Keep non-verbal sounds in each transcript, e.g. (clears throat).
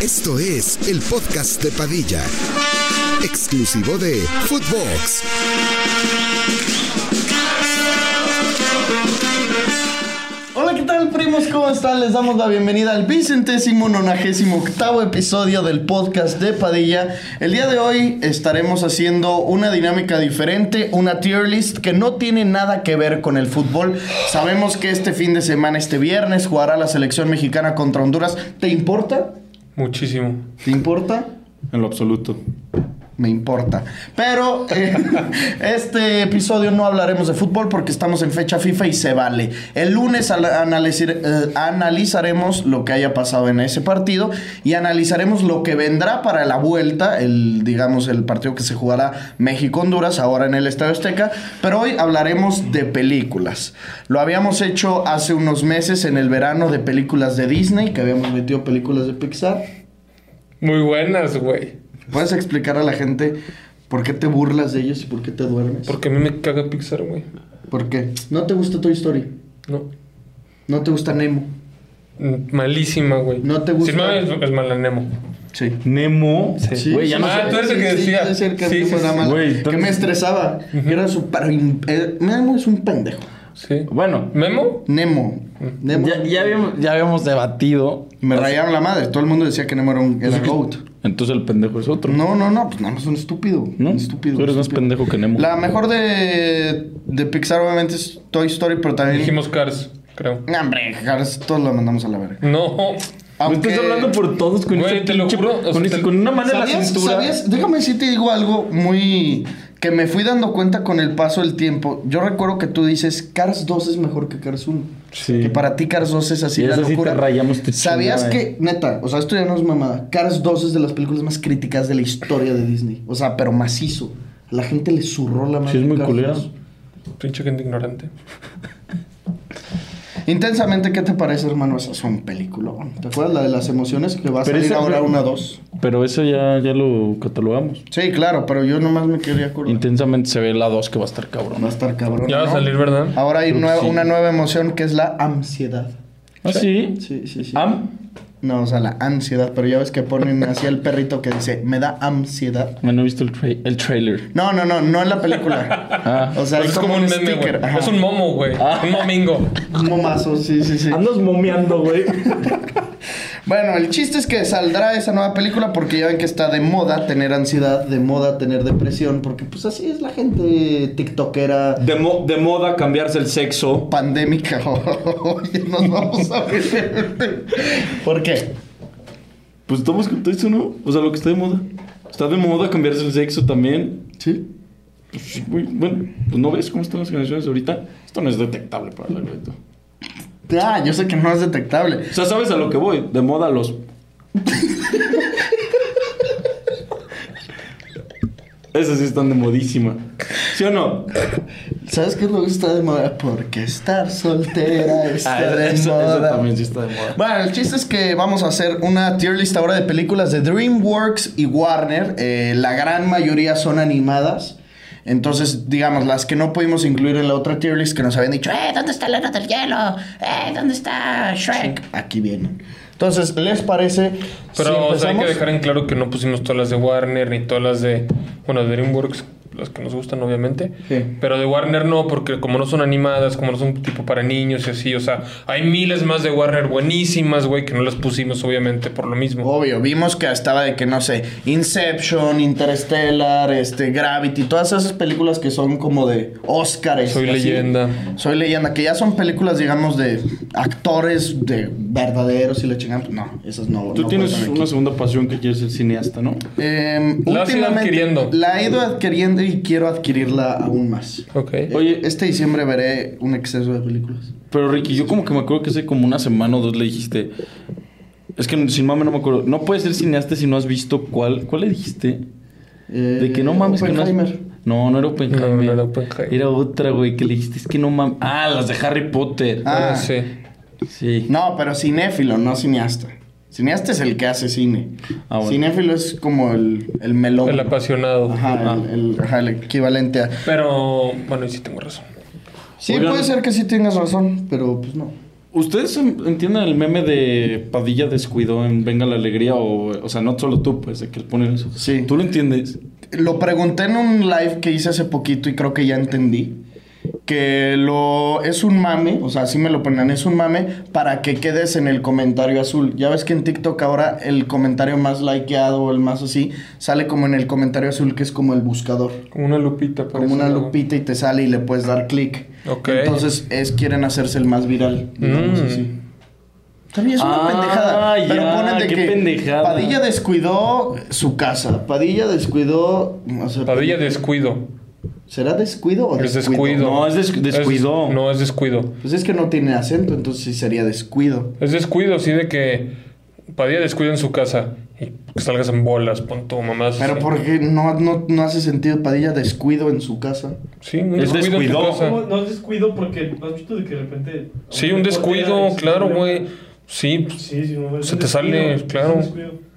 Esto es el podcast de Padilla, exclusivo de Footbox. Hola, ¿qué tal, primos? ¿Cómo están? Les damos la bienvenida al vicentésimo nonagésimo octavo episodio del podcast de Padilla. El día de hoy estaremos haciendo una dinámica diferente, una tier list que no tiene nada que ver con el fútbol. Sabemos que este fin de semana, este viernes, jugará la selección mexicana contra Honduras. ¿Te importa? Muchísimo. ¿Te importa? En lo absoluto. me importa. Pero eh, (laughs) este episodio no hablaremos de fútbol porque estamos en fecha FIFA y se vale. El lunes al- analizar- eh, analizaremos lo que haya pasado en ese partido y analizaremos lo que vendrá para la vuelta, el digamos el partido que se jugará México-Honduras ahora en el Estadio Azteca, pero hoy hablaremos de películas. Lo habíamos hecho hace unos meses en el verano de películas de Disney, que habíamos metido películas de Pixar. Muy buenas, güey. ¿Puedes explicar a la gente por qué te burlas de ellos y por qué te duermes? Porque a mí me caga Pixar, güey. ¿Por qué? No te gusta Toy Story. No. No te gusta Nemo. Mm, Malísima, güey. No te gusta. Si no, es, es mala Nemo. Sí. Nemo. Sí. Güey, ya no Ah, sé. tú eres el que sí, decía. yo decía el que Sí, Nemo sí, era sí. malo. Güey, que entonces- me estresaba. Que era súper... im- eh, Nemo es un pendejo. Sí. Bueno, ¿Memo? Nemo. Nemo. ya, ya habíamos, ya habíamos debatido. Me rayaron la madre. Todo el mundo decía que Nemo era un era que- goat. Entonces el pendejo es otro. No, no, no. Pues nada más un estúpido. ¿No? Un estúpido. Tú eres más estúpido. pendejo que Nemo. La mejor de, de Pixar obviamente es Toy Story, pero también... Dijimos Cars, creo. Nah, hombre, Cars, todos lo mandamos a la verga. No. Me estás hablando por todos con Güey, ese te lo pinche- juro, o sea, Con, ese- te- con una mano en la ¿Sabías, cintura. sabías? Déjame decirte digo algo muy... Que me fui dando cuenta con el paso del tiempo. Yo recuerdo que tú dices, Cars 2 es mejor que Cars 1. Sí. Que para ti Cars 2 es así Y la eso sí te eh? locura. rayamos tu ¿Sabías chingada, que, neta, o sea, esto ya no es mamada. Cars 2 es de las películas más críticas de la historia de Disney. O sea, pero macizo. A La gente le zurró la mano. Sí, es muy Cars culera. 2. Pinche gente ignorante. Intensamente, ¿qué te parece, hermano? Esa es un peliculón. ¿Te acuerdas la de las emociones que va a Pero salir esa- ahora una 2? Pero eso ya, ya lo catalogamos. Sí, claro, pero yo nomás me quería acordar. Intensamente se ve la 2 que va a estar cabrón. Va a estar cabrón. Ya va a ¿no? Ah, salir, ¿verdad? Ahora hay Creo que nueva- sí. una nueva emoción que es la ansiedad. ¿Ah, sí? Sí, sí, sí. ¿Am? no, o sea, la ansiedad, pero ya ves que ponen así al perrito que dice, me da ansiedad. Bueno, he visto el, tra- el trailer. No, no, no, no en la película. Ah. O sea, Pues es, como, un, sticker. güey. ajá. Es un momo, güey. Ah. Un momingo. Un momazo, sí, sí, sí. Andas momeando, güey. Bueno, el chiste es que saldrá esa nueva película porque ya ven que está de moda tener ansiedad, de moda tener depresión, porque pues así es la gente tiktokera. De, mo- de moda cambiarse el sexo. pandémica. (laughs) Oye, nos vamos a ver. ¿Por qué? Pues estamos con todo eso, ¿no? O sea, lo que está de moda. Está de moda cambiarse el sexo también. Sí. Pues sí, güey. Bueno, pues no ves cómo están las generaciones ahorita. Esto no es detectable para la verdad. Ah, yo sé que no es detectable. O sea, sabes a lo que voy. De moda los. Esas sí están de modísima. ¿Sí o no? ¿Sabes qué es lo que está de moda? Porque estar (laughs) soltera está Ah, de eso- eso moda. también sí está de moda. Bueno, el chiste es que vamos a hacer una tier list ahora de películas de DreamWorks y Warner. Eh, la gran mayoría son animadas. Entonces, digamos, las que no pudimos incluir en la otra tier list que nos habían dicho, ¡eh, ¿dónde está Lana del Hielo? ¡eh, ¿dónde está Shrek? Aquí vienen. Entonces, ¿les parece? Pero si o sea, hay que empezamos? dejar en claro que no pusimos todas las de Warner ni todas las de, bueno, de DreamWorks, las que nos gustan obviamente. Sí. Pero de Warner no, porque como no son animadas, como no son tipo para niños y así, o sea, hay miles más de Warner buenísimas, güey, que no las pusimos obviamente por lo mismo. Obvio, vimos que estaba de que, no sé, Inception, Interstellar, este, Gravity, todas esas películas que son como de Oscar. Soy leyenda. Soy leyenda, que ya son películas, digamos, de actores de verdaderos y la chingan. No, esas no. Tú no tienes cuentan aquí. una segunda pasión que quieres ser cineasta, ¿no? Em, La has ido últimamente adquiriendo. La he ido adquiriendo y quiero adquirirla aún más. Ok. Oye, Oye. este diciembre veré un exceso de películas. Pero Ricky, yo como que me acuerdo que hace como una semana o dos le dijiste. Es que sin mame no me acuerdo. No puedes ser cineasta si no has visto cuál. ¿Cuál le dijiste? De que no mames que no. has- Eh, Oppenheimer. No, no era Oppenheimer. No, no era Oppenheimer. Era otra, güey, que le dijiste, es que no mames. Ah, las de Harry Potter. Ah. Sí. Sí. No, pero cinéfilo, no cineasta. Cineasta es el que hace cine. Ah, bueno. Cinéfilo es como el, el melón. El apasionado. Ajá, Ah. el, el- ajá, el equivalente a. Pero, bueno, y sí tengo razón. Sí, Oigan. puede ser que sí tengas razón, pero pues no. ¿Ustedes en- entienden el meme de Padilla descuidó en Venga la Alegría? O, o sea, no solo tú, pues, de que ponen eso. Sí. ¿Tú lo entiendes? Lo pregunté en un live que hice hace poquito y creo que ya entendí. Que lo es un mame, o sea, así me lo ponen, es un mame para que quedes en el comentario azul. Ya ves que en TikTok ahora el comentario más likeado o el más así sale como en el comentario azul, que es como el buscador. Como una lupita. Como parece, una ¿no? lupita y te sale y le puedes dar clic. Ok. Entonces es, quieren hacerse el más viral. digamos Mm. así. También es una Ah, pendejada. pero ya, ponen de qué que pendejada. Padilla descuidó su casa. Padilla descuidó. o sea, Padilla descuido. ¿Será descuido o Es descuido? descuido. No, es des- descuidó. Es- no, es descuido. Pues es que no tiene acento, entonces sí sería descuido. Es descuido, así de que Padilla descuido en su casa y que salgas en bolas, pon tu mamás. Pero así. porque no, no, no hace sentido Padilla descuido en su casa. Sí, un Es descuido en tu descuidó. casa. No, no es descuido porque ¿no has visto de que de repente. Sí, un descuido, Sí, claro, sí, güey. Sí, pues, Sí, sí, no, es Se un te sale, descuido, claro. es un descuido.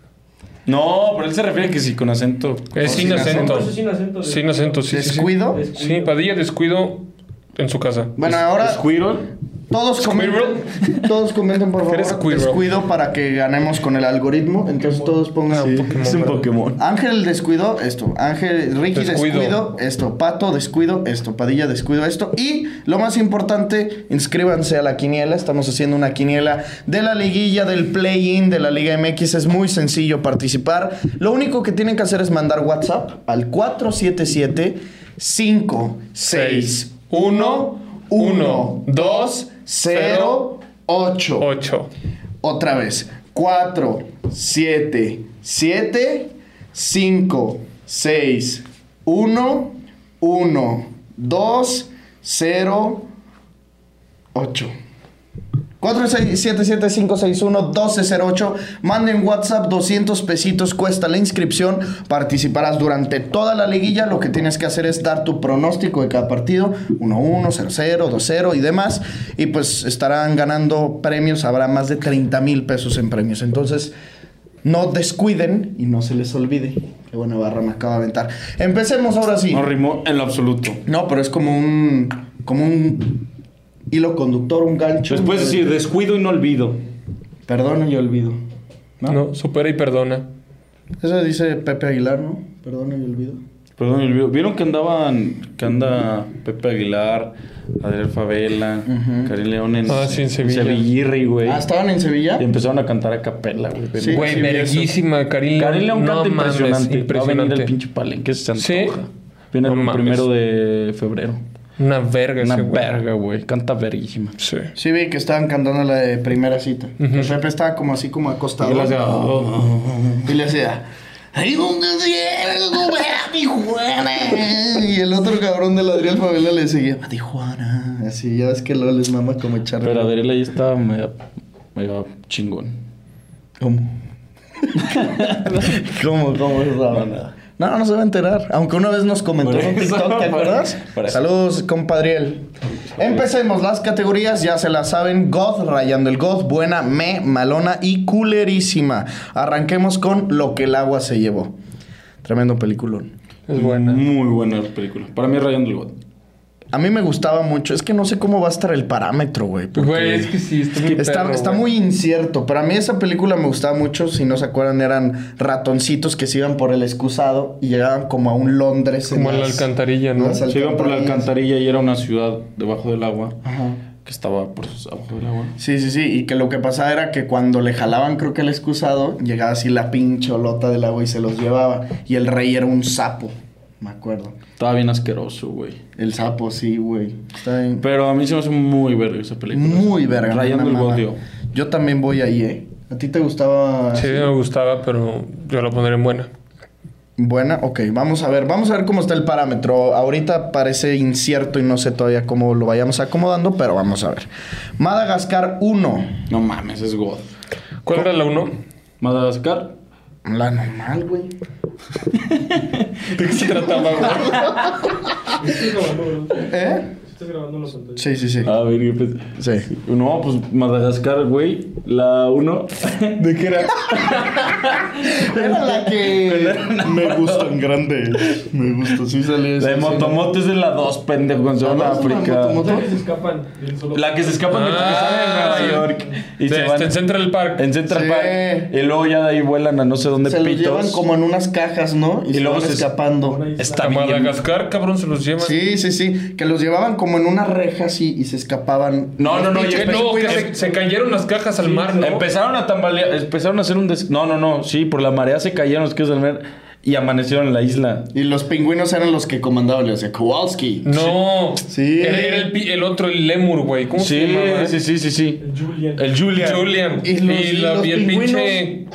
No, pero él se refiere que sí, con acento. es sin sin acento. acento. Eso es sin acento, de- Sin acento, sí. sí, sí. ¿Descuido? Des- Sí, Padilla descuido en su casa. Bueno, ahora Ah, Squirrel. todos comenten, todos comenten por favor (laughs) Eres squirrel. descuido para que ganemos con el algoritmo. Entonces todos pongan Sí. Es un Pokémon. Ángel descuido esto, Ángel Ricky descuido. Descuido. esto, Pato descuido esto, Padilla descuido esto y lo más importante, inscríbanse a la quiniela, estamos haciendo una quiniela de la liguilla del play-in de la Liga MX, es muy sencillo participar. Lo único que tienen que hacer es mandar WhatsApp al 477 561 1 1 2 0 8 8. otra vez. 4, 7, 7, 5, 6, 1, 1, 2, 0, 8. 4, 6, 7, 7, 5, 6, 1, 12, 0, 8. Manden WhatsApp, 200 pesitos cuesta la inscripción. Participarás durante toda la liguilla. Lo que tienes que hacer es dar tu pronóstico de cada partido. 1-1, 0-0, 2-0 y demás. Y pues estarán ganando premios. Habrá más de 30 mil pesos en premios. Entonces, no descuiden y no se les olvide. Qué buena barra me acaba de aventar. Empecemos ahora sí. No rimó en lo absoluto. No, pero es como un... Como un hilo conductor, un gancho. Después decir Pues, descuido y no olvido. Perdona y olvido. ¿No? supera y perdona. Eso dice Pepe Aguilar, ¿no? Perdona y olvido. Perdón, me olvidó. ¿Vieron que andaban, que anda Pepe Aguilar, Adriel Favela, Ujú. Karim León en, Ah, sí, en Sevilla. Sevillirri, güey? Ah, ¿estaban en Sevilla? Y empezaron a cantar a capela, güey. Sí, Güey, sí, vi eso. verguísima, Karim. Karim León canta mames, impresionante. Va a venir impresionante. el pinche palenque, se Sí. antoja. Viene No el mames. primero de febrero. Una verga Una ese güey. verga, güey. Canta verguísima. Sí. Sí, vi que estaban cantando la de primera cita. Que Pepe estaba como así, como acostado. Y él hacía, "Oh". Y le hacía. "Ay, un Diego, ve a Tijuana". Y el otro cabrón de la Adriel Favela le seguía a Tijuana. Así, ya ves que luego les mama como echarle. Pero Adriel ahí estaba medio, medio chingón. ¿Cómo? (laughs) ¿Cómo, cómo es la banda? No, no se va a enterar. Aunque una vez nos comentó en un TikTok, ¿te acuerdas? Por eso. Saludos, compadriel. Empecemos las categorías, ya se las saben. God, rayando el God, buena, me, malona y culerísima. Arranquemos con Lo que el agua se llevó. Tremendo peliculón. Es buena. Muy buena película. Para mí, Rayando el Got. A mí me gustaba mucho. Es que no sé cómo va a estar el parámetro, güey. porque- Güey, es que sí, está muy Está, perro, está güey. muy incierto, pero a mí esa película me gustaba mucho. Si no se acuerdan, eran ratoncitos que se iban por el excusado y llegaban como a un Londres. en Como a la las- alcantarilla, ¿no? las Se iban por la alcantarillas. alcantarilla y era una ciudad debajo del agua. Ajá. Que estaba por sus- abajo del agua. Sí, sí, sí. Y que lo que pasaba era que cuando le jalaban, creo que el excusado, llegaba así la pincholota del agua y se los llevaba. Y el rey era un sapo, me acuerdo. Estaba bien asqueroso, güey. El sapo, sí, güey. Está bien. Pero a mí se me hace muy verga esa película. Muy verga. Rayando una el mamada. Godio. Yo también voy ahí, ¿eh? ¿A ti te gustaba? Sí, me gustaba, pero yo la pondré en buena. Buena, ok, vamos a ver, vamos a ver cómo está el parámetro. Ahorita parece incierto y no sé todavía cómo lo vayamos acomodando, pero vamos a ver. Madagascar 1. No mames, es God. ¿Cuál era la 1? Madagascar. (laughs) La normal, güey. (laughs) ¿De qué se trataba, güey? ¿Eh? Estás grabando la pantalla. Sí, sí, sí. A ver, yo pensé- Sí. No, pues Madagascar, güey. La 1. ¿De qué (laughs) era? Era la que me gusta en grande. Me gusta, sí salía La de Motomoto es de la 2, pendejo, con Ah, Zona ¿no es una África. O Motomoto? sea, que se escapan del solo. La que se escapan de que Ah, salen en Nueva sí. York. Y Sí, se está van este, en Central Park. en Central Sí. Park. Y luego ya de ahí vuelan a no sé dónde Se los llevan pitos. como en unas cajas, ¿no? Y, Y se luego van se- escapando. Una isla. Está a bien. Madagascar, cabrón, se los llevan. Sí, sí, sí. Que los llevaban como en una reja así y se escapaban. No, no, no, Los Que pinches no, que pingüinos. se, se cayeron las cajas al mar, ¿no? Empezaron a tambalear, empezaron a hacer un des... No, no, no, sí, por la marea se cayeron los que del mar y amanecieron en la isla. Y los pingüinos eran los que comandaban, le hacía Kowalski. No. Sí. Era era el, pi- el otro, el Lemur, güey. ¿Cómo se Sí, llamaba? eh? sí, sí, sí, sí. El Julian. El Julian. Julian. Y Y, los- y la, los y el pingüinos. pinche.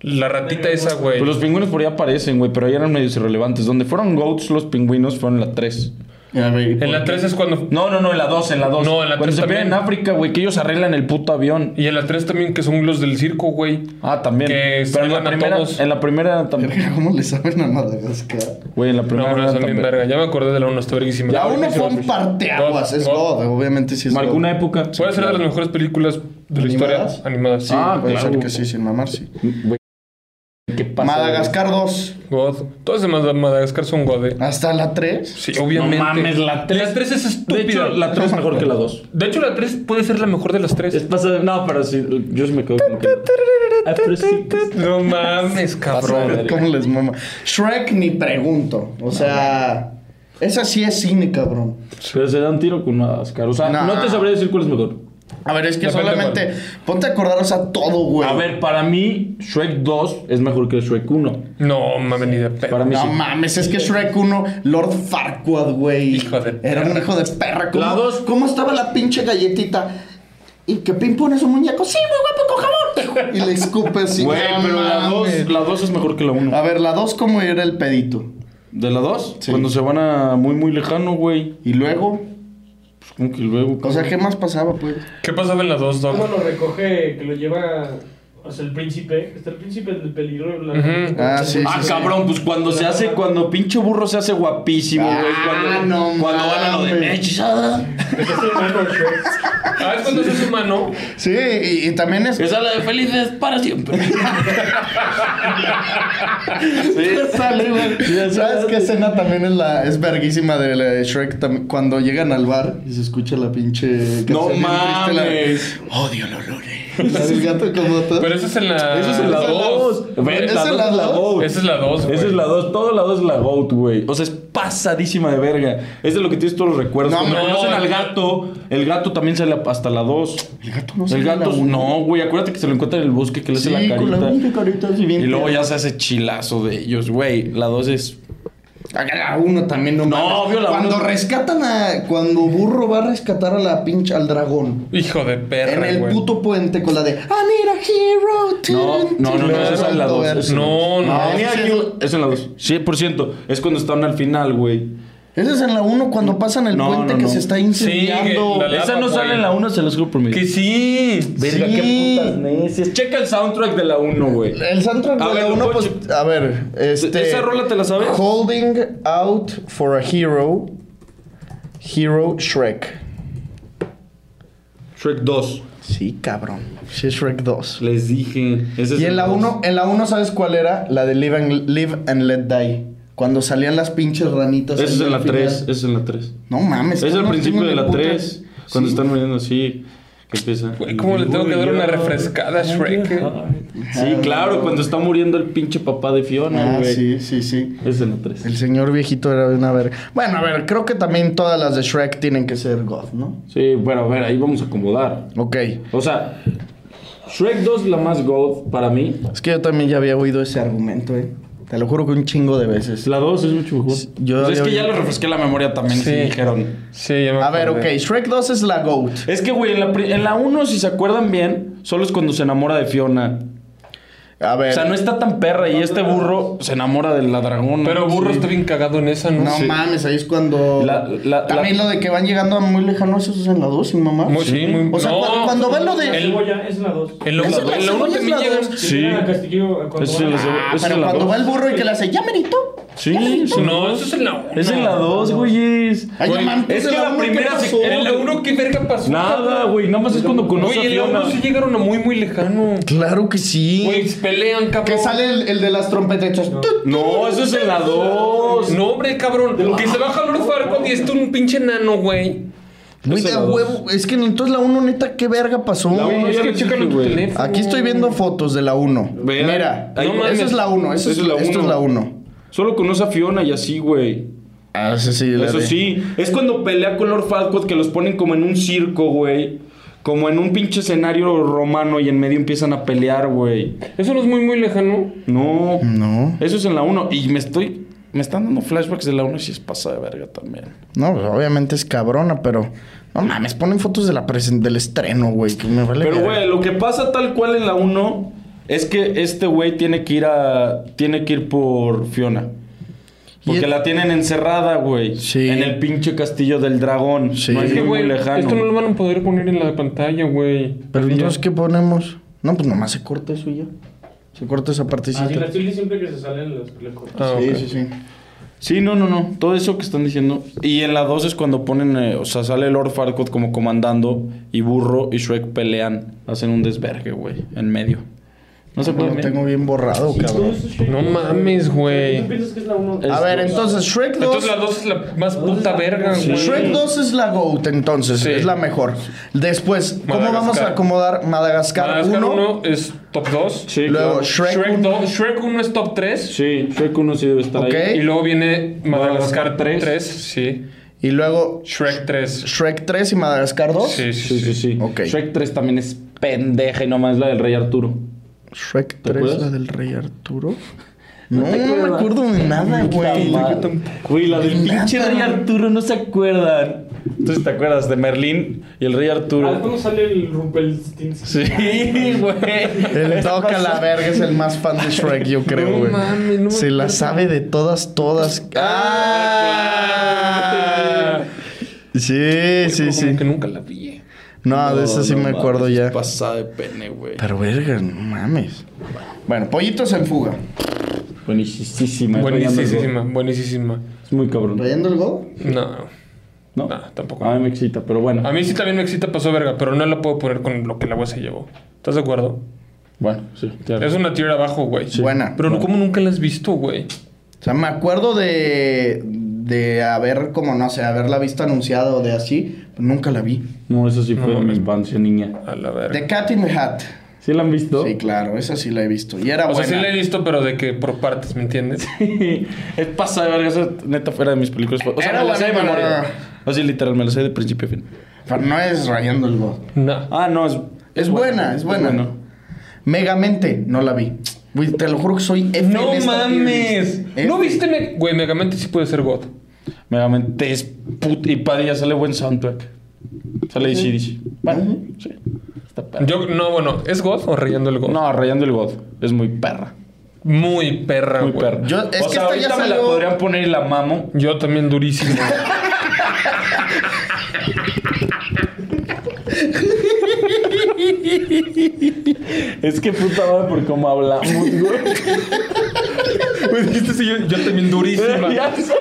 La ratita esa, güey. Pues los pingüinos por ahí aparecen, güey, pero ahí eran medios irrelevantes. Donde fueron goats, los pingüinos fueron en la 3. A ver, En la 3 es cuando. No, no, no, en la 2, en la 2. No, en la Cuando tres se también. pierden en África, güey, que ellos arreglan el puto avión. Y en la 3 también, que son los del circo, güey. Ah, también. Que pero en la salvan a primera, todos. en la primera también. Verga, ¿Cómo le saben a Madagascar? Güey, en la No, primera no, son bien también. verga. Ya me acordé de la 1, está verguísima. La uno fue un parteaguas, es God. God, obviamente sí es God. ¿Alguna época? Puede ser de las mejores películas de ¿Animadas? la pues, historia animadas. Sí. Ah, Puede ser Claro. que sí, sin mamar, sí. Güey, ¿Qué pasa? Madagascar 2, God. Todas las de Madagascar son God, eh. hasta la 3. Sí, obviamente. No mames, la tres- La 3 es De estúpida. hecho, la 3 es mejor que la 2. De hecho, la 3 puede ser la mejor de las 3. Es pasada. No, pero sí, yo sí me quedo con que. Ah, No (laughs) mames, cabrón. verga. ¿Cómo les mama? Shrek ni pregunto. O sea, esa sí es cine, cabrón. Pero se da un tiro con Madagascar. O sea, Nah. no te sabría decir cuál es mejor. A ver, es que Depende solamente ponte a acordar, o sea, todo, güey. A ver, para mí, Shrek 2 es mejor que Shrek 1. (laughs) No mames, ni de pedo. Para mí No sí. mames, es que Shrek 1, Lord Farquaad, güey. Hijo de Era un perra. hijo de perra. ¿Cómo, La dos. ¿Cómo estaba la pinche galletita? Y que Pim pone su muñeco. Sí, muy guapo, con jabón. Y le escupe así. Güey, no pero la mames. 2, la 2 es mejor que la 1. A ver, la 2, ¿cómo era el pedito? ¿De la 2? Sí. Cuando se van a muy, muy lejano, güey. Y luego, Pues como que luego. o sea, ¿qué más pasaba, pues? ¿Qué pasaba en las 2, Doc? ¿Cómo lo recoge? Que lo lleva hacia el príncipe. Está el príncipe del peligro. y bla, bla, Ujú. bla. Ah, sí, Ah, cabrón, pues cuando se hace, cuando pinche burro se hace guapísimo, Ah, güey. cuando, no cuando van a lo de mames. "Eh, hechizada. Es el mejor Shrek. Ah, es cuando se hace humano. Sí, y, y también es. Esa es la de felices para siempre. (laughs) Sale, güey. ¿Sabes qué escena también es la es verguísima de, la de Shrek tam- cuando llegan al bar y se escucha la pinche No canción bien triste, la de, mames. Odio los lunes. (laughs) La del gato como todo. Pero esa es en la. Esa es en la Esa es la 2. dos. Ven, Esa la es 2 la es la dos. GOAT. Esa es la 2. Esa es la 2. Todo la 2 es la GOAT, güey. O sea, es pasadísima de verga. Es de lo que tienes todos los recuerdos. No, No, no, no, conocen al el- gato. El gato también sale hasta la 2. el gato no El gato, no, güey. Acuérdate que se lo encuentra en el bosque, que le hace Sí, la con la carita. pinche carita así bien. Y luego ya se hace chilazo de ellos, güey. La 2 es. Acá La uno también no mames. obvio, la Cuando uno- rescatan a. Cuando Burro va a rescatar a la pinche. al dragón. Hijo de En perra. el güey. puto puente con la de I need a hero. No, tin, no, no, tin, no, esa es la dos, Ah, esa es la dos. No, no. No, Tenía esa aquí- es- Es en la 2. 100%. Es cuando están al final, güey. Esa es en la 1 cuando pasan el No, puente no, que no. se está Sí, incendiando. La Esa lava, no sale güey. en la 1, se los juro por mí. Que sí. Verga, Sí. qué putas necias. Checa el soundtrack de la 1, güey. El soundtrack A de ver, la 1, Pocho. pues. A ver, este. Ah, ¿Esa rola te la sabes? Holding out for a hero. Hero Shrek. Shrek 2. Sí, cabrón. Sí, es Shrek 2. Les dije. Ese es Y en el la dos. 1, en la 1, ¿sabes cuál era? La de Live and, live and Let Die. Cuando salían las pinches ranitas. Esa es ahí al en la final. 3. Esa es en la 3. No mames. Es el cabrón, principio tiene de la puta- 3. Cuando Sí. están muriendo así. Que empieza. Güey, ¿cómo le tengo que dar una refrescada a Shrek? eh? Sí, claro, cuando está muriendo el pinche papá de Fiona, Ah, güey. sí, sí, sí. Es en la 3. El señor viejito era una verga. Bueno, a ver, creo que también todas las de Shrek tienen que ser God, ¿no? Sí, bueno, a ver, ahí vamos a acomodar. Ok. O sea, Shrek 2 la más gold para mí. Es que yo también ya había oído ese argumento, ¿eh? Te lo juro que un chingo de veces. La 2 es mucho mejor. yo Pues es había que ya oído- le refresqué la memoria también, sí. Sí. dijeron. Sí, ya me A ver, ok, acordé. Shrek 2 es la GOAT. Es que, güey, en la, pri- en la 1, si se acuerdan bien, solo es cuando se enamora de Fiona. A ver. O sea, no está tan perra y este burro se enamora de la dragona. Pero Burro Sí. está bien cagado en esa, ¿no? No Sí. mames, ahí es cuando. La- la- también la- lo de que van llegando a muy lejanos, eso es en la 2, sin mamá. Muy, sí, muy- O sea, no. cua- cuando van lo de. La cebolla es la 2. En la Esa es la 1 cebolla, es también la llegan. dos. Sí. Castillo, cuando Ese van es a- el- Ah, esa es pero la cuando dos. va el burro y que le hace, ya merito. Sí, sí. No, eso es en la 1. Es en la 2, güeyes. Ay, Güey, no mames, es en que la la uno, ¿qué primera pasó? se- En la 1, ¿qué verga pasó? Nada, güey. Nada más es cuando conoce Güey, a en la 1 Fiona. sí llegaron a muy, muy lejano. Claro que sí. Güey, pelean, cabrón. que sale el, el de las trompetas. No, eso es en la 2. No, hombre, cabrón. Que se baja Lord Farquaad y es un pinche nano, güey. Güey, Esa de la dos. huevo. Es que entonces la 1, neta, ¿qué verga pasó? uno Es ya que lo chécalo en dije, tu güey. teléfono. Aquí estoy viendo fotos de la 1. Vean. Mira, Ahí- No mames. esa es la 1. Eso es, Esa es la esto es uno. la 1. Solo conoce a Fiona y así, güey. Ah, sí, sí. la Eso de- sí. Es cuando pelea con Lord Falcon que los ponen como en un circo, güey. Como en un pinche escenario romano y en medio empiezan a pelear, güey. Eso no es muy, muy lejano. No. No. Eso es en la 1. Y me estoy. Me están dando flashbacks de la 1 y si es pasa de verga también. No, pues, obviamente es cabrona, pero. No mames, ponen fotos de la presen- del estreno, güey. Que me vale. Pero, verga. güey, lo que pasa tal cual en la 1 es que este güey tiene que ir a. Tiene que ir por Fiona. Porque Y el- la tienen encerrada, güey. Sí. En el pinche castillo del dragón. Sí. No es Es Que, muy, güey, lejano. esto no lo van a poder poner en la pantalla, güey. Pero Así ya. entonces, ¿qué ponemos? No, pues nomás se corta eso y ya. Se corta esa Así partecita. Ah, la Tilly siempre que se salen los le cortan. Ah, ok. sí, sí. Sí, no, no, no. Todo eso que están diciendo. Y en la 2 es cuando ponen. eh, o sea, sale Lord Farquaad como comandando. Y Burro y Shrek pelean. Hacen un desvergue, güey. En medio. No se Lo puede. tengo bien borrado, Todo cabrón. eso es Shrek. No mames, güey. ¿Tú piensas que es la 1? Es- A ver, entonces, Shrek 2. Entonces la 2 es la más puta verga, Sí. güey. Shrek 2 es la GOAT, entonces, Sí. es la mejor. Después, ¿cómo Madagascar. vamos a acomodar Madagascar, Madagascar 1? 1 Ah, es top 2. Sí, Luego claro. Shrek, Shrek 1. 2. Shrek 1 es top 3. Sí, Shrek 1 sí debe estar Ok. ahí. Y luego viene Madagascar Madagascar 3. tres. Sí. Y luego Shrek 3. Shrek 3 y Madagascar 2. Sí, sí, Sí, sí. sí, sí. Ok. Shrek 3 también es pendeja y nomás la del Rey Arturo. Shrek ¿Te 3, acuerdas? la del Rey Arturo. No, te no me acuerdas? acuerdo de nada, güey. Güey, la del Nada. pinche Rey Arturo no se acuerdan. Entonces te acuerdas de Merlín y el Rey Ah, Arturo. ¿Cómo sale el Rumpelstiltskin? Sí, güey. El toca la verga es el más fan de Shrek, yo creo, güey. mames, no me Se la sabe de todas, todas. ¡Ah! Sí, sí, sí. Como que nunca la vi. No, de eso sí me acuerdo ya. Pasada de pene, güey. Pero verga, no mames. Bueno, pollitos en fuga. Buenísima. Buenísima, buenísima. Es muy cabrón. ¿Trayendo el gol? No, No, no, tampoco. a mí me excita, pero bueno. A mí sí también me excita pasó verga, pero no la puedo poner con lo que la wea se llevó. ¿Estás de acuerdo? Bueno, sí. claro. Es una tierra abajo, güey. Buena. Pero ¿cómo nunca la has visto, güey? O sea, me acuerdo de, de haber, como no sé, haberla visto anunciada o de así, pero nunca la vi. No, eso sí fue No, de mi mames. infancia, niña. A la verga. The Cat in the Hat. ¿Sí la han visto? Sí, claro, esa sí la he visto. Y era O sea, buena. sí la he visto, pero de que por partes, ¿me entiendes? es pasada de verga. Esa neta fuera de mis películas. O sea, Era me la sé de buena, memoria. pero- O sea, literal, me la sé de principio a fin. Pero no es rayando el gol. (laughs) No. Ah, no, es. Es buena, es buena. bueno. Megamente, no la vi. Güey, te lo juro que Este. soy F en No esta tier mames. list. ¿No F. viste? Me- Güey, Megamente sí puede ser God. Megamente es puta. Y Padilla sale buen soundtrack. Sale DC, DC. Bueno, sí. Está perra. Yo, no, bueno, ¿es God o rayando el God? No, Rayando el God. Es muy perra. Muy perra, Muy güey. perra. Yo- es o que sea, esta ya ahorita me la salió- podrían poner y la mamo. Yo también durísimo. (laughs) Es que puta madre por cómo hablamos, (laughs) güey. Güey, dijiste sí, yo, yo (laughs) también durísima. Ya sé.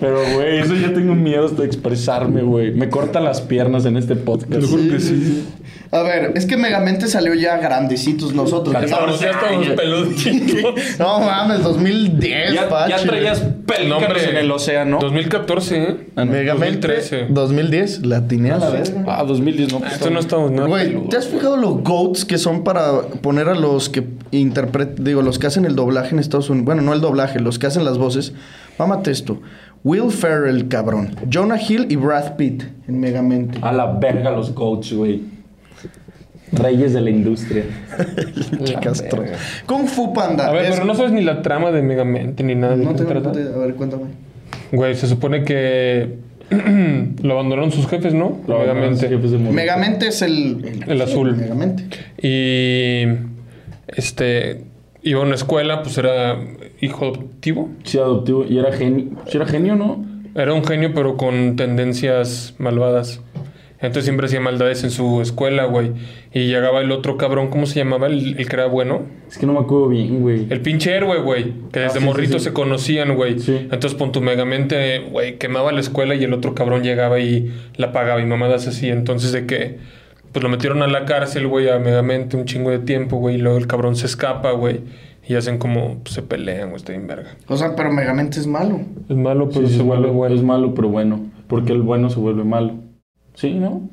Pero, güey, eso ya tengo miedo hasta de expresarme, güey. Me cortan las piernas en este podcast. A ver, es que Megamente salió ya grandecitos nosotros. Estamos, ya estamos (laughs) peluditos. No mames, 2010, Ya, ya Pache. traías pelícanos en el océano. 2014, ¿eh? Ah, no. Megamente 2013. 2010, la atiné a la verga. Ah, 2010 no. Esto no estamos nada. Güey, ¿te has fijado los goats que son para poner a los que interpretan, digo, los que hacen el doblaje en Estados Unidos? Bueno, no el doblaje, los que hacen las voces. Mámate esto. Will Ferrell, cabrón. Jonah Hill y Brad Pitt en Megamente. Ah, A la verga los coaches, güey. Reyes de la industria. Pinche Castro. Kung Fu Panda. A ver, Es- pero no sabes ni la trama de Megamente ni nada. de No qué tengo ni trata. puta idea. A ver, cuéntame. Güey, se supone que (clears throat) lo abandonaron sus jefes, ¿no? Megamente. Megamente es el... El azul. Megamente. Y este iba a una escuela, pues era hijo adoptivo. Sí, adoptivo. Y era genio. Sí, era genio, ¿no? Era un genio, pero con tendencias malvadas. Entonces siempre hacía maldades en su escuela, güey. Y llegaba el otro cabrón, ¿cómo se llamaba? El, el que era bueno. Es que no me acuerdo bien, güey. El pinche héroe, güey. Que desde Ah, sí, sí, morrito sí. se conocían, güey. Sí. Entonces pon tu megamente, güey, quemaba la escuela y el otro cabrón llegaba y la pagaba y mamadas así. Entonces de que, pues lo metieron a la cárcel, güey, a megamente un chingo de tiempo, güey. Y luego el cabrón se escapa, güey. Y hacen como, pues, se pelean, güey, estoy en verga. O sea, pero Megamente es malo. Es malo, Sí, sí, Pues es, malo, es malo, pero bueno. Porque el bueno se vuelve malo. ¿Sí, no?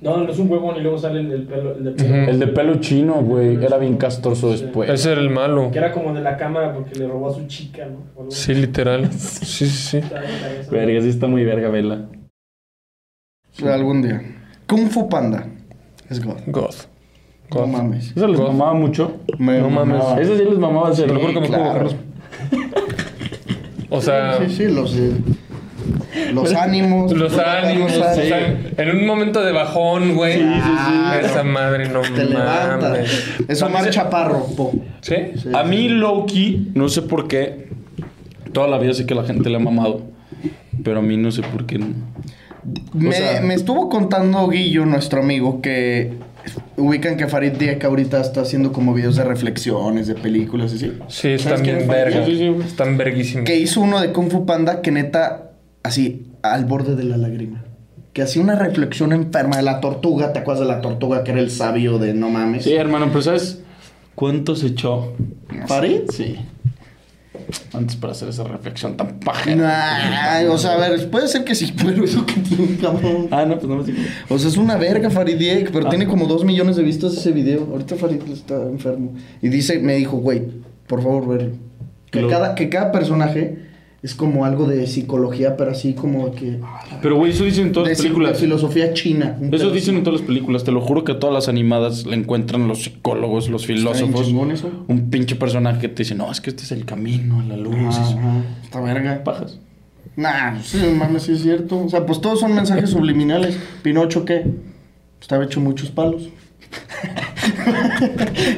No, no es un huevón y luego sale el del pelo. El del pelo. Ujú. El de pelo chino, güey, era bien castroso Sí. después. Ese era el malo. Que era como de la cámara porque le robó a su chica, ¿no? O algo así. Sí, (laughs) literal. Sí, sí, sí. Estaba en la cabeza. Verga, sí está muy verga, vela. O sea, algún día. Kung Fu Panda. Es God. God. No God. mames. Eso les Gof. mamaba mucho. Me No mames. mamaba. Eso sí les mamaba hacer. Te lo juro que me Claro. juego, Carlos. O sea, Sí, sí, los, eh, (laughs) los ánimos. los ánimos. Los o sea, ánimos. en un momento de bajón, güey. ah, Esa madre no Te levantas. mames. Es Omar Chaparro. po. ¿Sí? Sí. A mí Loki, no sé por qué, toda la vida sé que la gente le ha mamado, pero a mí no sé por qué. no. Me, O sea- me estuvo contando Guillo, nuestro amigo, que ubican que Farid Diak ahorita está haciendo como videos de reflexiones, de películas y así. Sí, están quién bien fue? verga. Sí, sí, güey. Están verguísimos. Que hizo uno de Kung Fu Panda que neta, así, al borde de la lágrima. Que hacía una reflexión enferma de la tortuga. ¿Te acuerdas de la tortuga que era el sabio de no mames? Sí, hermano, pero ¿sabes cuánto se echó? ¿Farid? Sí. Antes para hacer esa reflexión tan pajera. Nah, o sea, a ver, puede ser que sí, (laughs) pero eso que tiene, cabrón. Ah, no, pues no me digas. O sea, es una verga Farid Dieck, pero tiene como dos millones de vistas ese video. Ahorita Farid está enfermo. Y dice, me dijo, güey, por favor, verlo. Que, Lo- cada, que cada personaje es como algo de psicología, pero así como que... Pero, güey, eso dicen en todas de las psi- películas. de filosofía china. un Eso pedo dicen así. en todas las películas. Te lo juro que a todas las animadas le encuentran los psicólogos, los Está bien filósofos. chingón eso. Un pinche personaje que te dice, no, es que este es el camino a la luz. Ah, Es- ah, Esta verga. Pajas. Nah, sí, mames, sí es cierto. O sea, pues todos son mensajes subliminales. Pinocho, ¿qué? Estaba hecho muchos palos.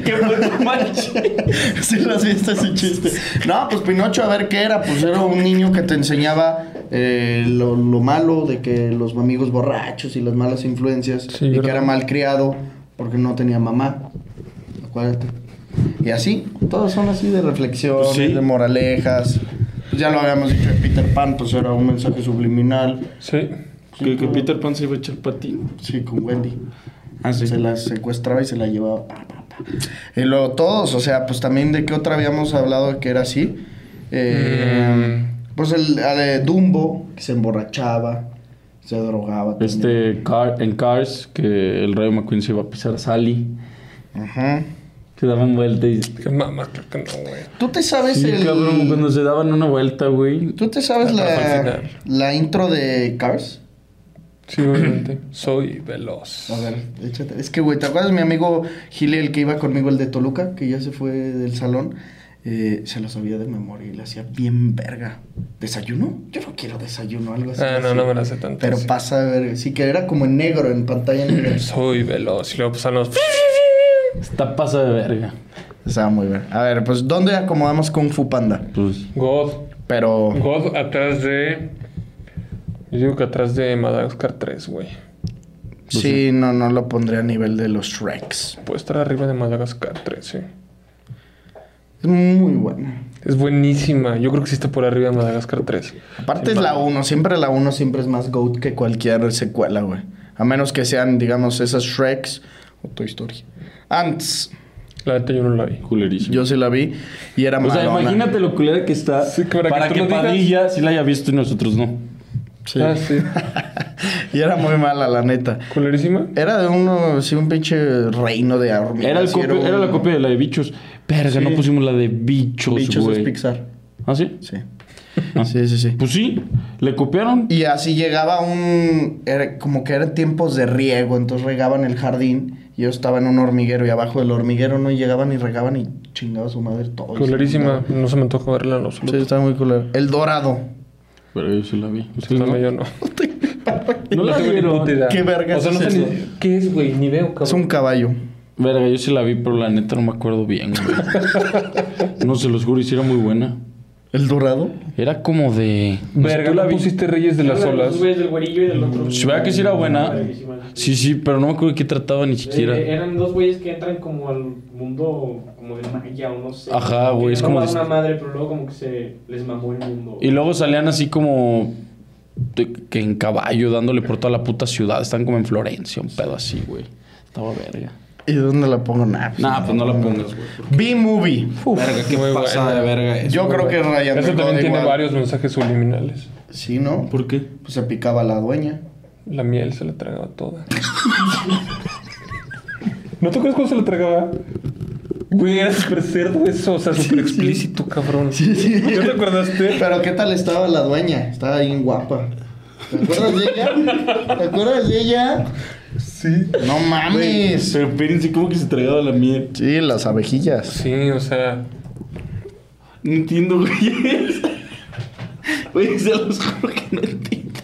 Qué Sí, las fiestas y chiste. No, pues Pinocho, a ver qué era. Pues era un niño que te enseñaba eh, lo, lo malo de que los amigos borrachos y las malas influencias. Sí, y que ¿verdad? era mal criado porque no tenía mamá. Acuérdate. Y así, todos son así de reflexión, Pues sí. de moralejas. Ya lo habíamos dicho de Peter Pan, pues era un mensaje subliminal. Sí. Que, que Peter Pan se iba a echar patín. Sí, con Wendy. Ah, Se la secuestraba y se la llevaba. Pa, pa, pa. Y luego todos, o sea, pues también de qué otra habíamos hablado que era así. Eh, Mm. Pues el a de Dumbo, que se emborrachaba, se drogaba. también. Este, Car- en Cars, que el Rayo McQueen se iba a pisar a Sally. Ajá. Se daban vuelta y... Qué mamá, creo que no, güey. ¿Tú te sabes Sí, el. cabrón, cuando se daban una vuelta, güey. ¿Tú te sabes La raza al la, final. la intro de Cars? (clears throat) Sí, obviamente. Soy veloz. A ver, échate. Es que, güey, ¿te acuerdas mi amigo Gile, el que iba conmigo, el de Toluca, que ya se fue del salón? Eh, se lo sabía de memoria y le hacía bien verga. ¿Desayuno? Yo no quiero desayuno, algo así. Ah, no, así. no me la sé tanto. Pero sí. pasa de verga. Sí, que era como en negro, en pantalla negra. Soy veloz. Y luego pasan los. Está pasa de verga. (coughs) Estaba muy bien. A ver, pues, ¿dónde acomodamos Kung Fu Panda? Pues... God. Pero. God atrás de. Yo digo que atrás de Madagascar 3, güey. Sí, no, no lo pondré a nivel de los Shreks. Puede estar arriba de Madagascar 3, sí. Es muy buena. Es buenísima. Yo creo que sí está por arriba de Madagascar 3. Aparte es la 1, siempre la 1 siempre es más GOAT que cualquier secuela, güey. A menos que sean, digamos, esas Shreks o Toy Story. Antes, La neta yo no la vi. Culerísimo. yo sí la vi y era o sea, malona. imagínate lo culera que está Sí, que para para, que tú que, lo digas. Padilla sí la haya visto y nosotros no. Sí. Ah, sí. Y era muy mala, la neta. ¿Culerísima? Era de uno, sí, un pinche reino de armas. Era, el copia- era la copia de la de Bichos. Verga, no pusimos la de Bichos, güey. Bichos es Pixar. ¿Ah, sí? Sí. Sí, sí, sí. Pues sí, le copiaron. Y así llegaba un. era como que eran tiempos de riego, entonces regaban el jardín. Y yo estaba en un hormiguero y abajo del hormiguero no y llegaban y regaban y chingaba su madre todo. Culerísima. No se me antoja verla en los Sí, estaba muy culero. El dorado. Pero yo sí la vi. ¿Ustedes No, yo no? no. ¿No la tengo ni vieron? puta idea. ¿Qué verga O sea, no es sé ni... ¿Qué es, güey? Ni veo, cabrón. Es un caballo. (laughs) Verga, yo sí la vi, pero la neta no me acuerdo bien, güey. no, se los juro, y sí era muy buena. ¿El dorado? Era como de. Verga, Pues, tú la pusiste Reyes de las Habla de los Olas. Mm, güeyes del güerillo y del otro. Si vea que sí era buena. Sí, sí, pero no me acuerdo de qué trataba ni siquiera. Eh, eran dos güeyes que entran como al mundo como de magia o no sé. Ajá, güey, es como Querían robar de- una madre, pero luego como que se les mamó el mundo. Y luego salían así como. de- que en caballo, dándole por toda la puta ciudad. Están como en Florencia, un pedo así, güey. Estaba verga. ¿Y dónde la pongo? Nah, Nah, pues no la pongas, güey. B-Movie. Verga, qué eh, Muy pasada de buena. verga. es. Yo creo que Ryan Eso del también Código tiene al- varios mensajes subliminales. Sí, ¿no? ¿Por qué? Pues se picaba la dueña. La miel se la tragaba (laughs) toda. ¿No te acuerdas cuando se la tragaba? Güey, era súper cerdo eso, o sea, súper explícito, cabrón. ¿No te acordaste? Pero ¿qué tal estaba la dueña? Estaba bien guapa. ¿Te acuerdas de ella? ¿Te acuerdas de ella? Sí. No mames. Pero espérense, ¿cómo que se tragaba la miel? Sí, las abejillas. Sí, o sea, No entiendo, güey. (laughs) Güey, se los juro que no entiendo.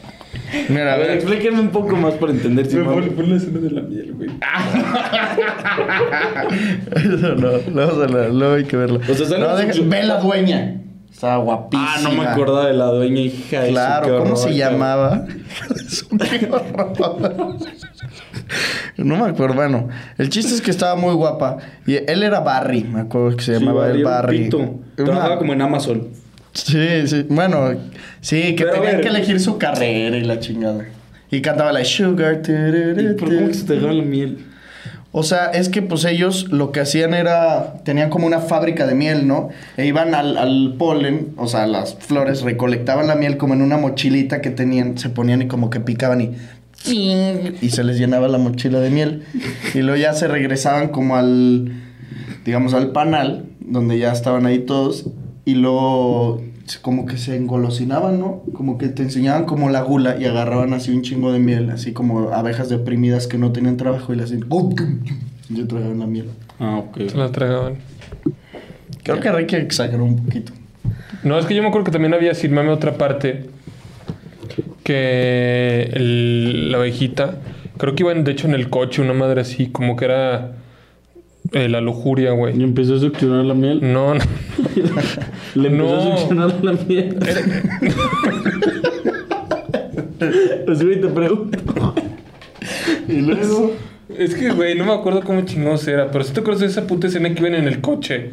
Mira, A ver, explíquenme un poco más para entender. Si me no- pon, pon la escena de la miel, güey. Eso no, luego, se la- luego hay que verla. O sea, sale No, un deja- sucio. ve la dueña. Estaba guapísima. Ah, no me acordaba de la dueña, hija de su Claro, ¿cómo horror, se cabrón. llamaba? (laughs) Es un horror. No me acuerdo, bueno. El chiste es que estaba muy guapa. Y él era Barry, me acuerdo que se Sí, llamaba Barry el era un Barry. pito. Una- Trabajaba como en Amazon. Sí, sí. Bueno, sí, que Pero a tenían ver. que elegir su carrera y la chingada. Y cantaba la Sugar. ¿Pero cómo que se tragaba la miel? O sea, es que pues ellos lo que hacían era, tenían como una fábrica de miel, ¿no? E iban al, al polen, o sea, las flores recolectaban la miel como en una mochilita que tenían, se ponían y como que picaban y... ¡ting! Y se les llenaba la mochila de miel. Y luego ya se regresaban como al, digamos, al panal, donde ya estaban ahí todos. Y luego se- como que se engolosinaban, ¿no? Como que te enseñaban como la gula y agarraban así un chingo de miel, así como abejas deprimidas que no tenían trabajo y le hacían... Yo tragaban la miel. Ah, ok. Se la tragaban. Creo que Ricky exageró un poquito. No, es que yo me acuerdo que también había Sin Mame otra parte que el- la abejita, creo que iban de hecho en el coche, una madre así, como que era eh, la lujuria, Y güey. empezó a succionar la miel. No, no. (laughs) Le empezó No. a succionar la miel. Pues güey, te pregunto. Y luego... Es que, güey, no me acuerdo cómo chingados era, pero sí te acuerdas de esa puta escena que iban en el coche.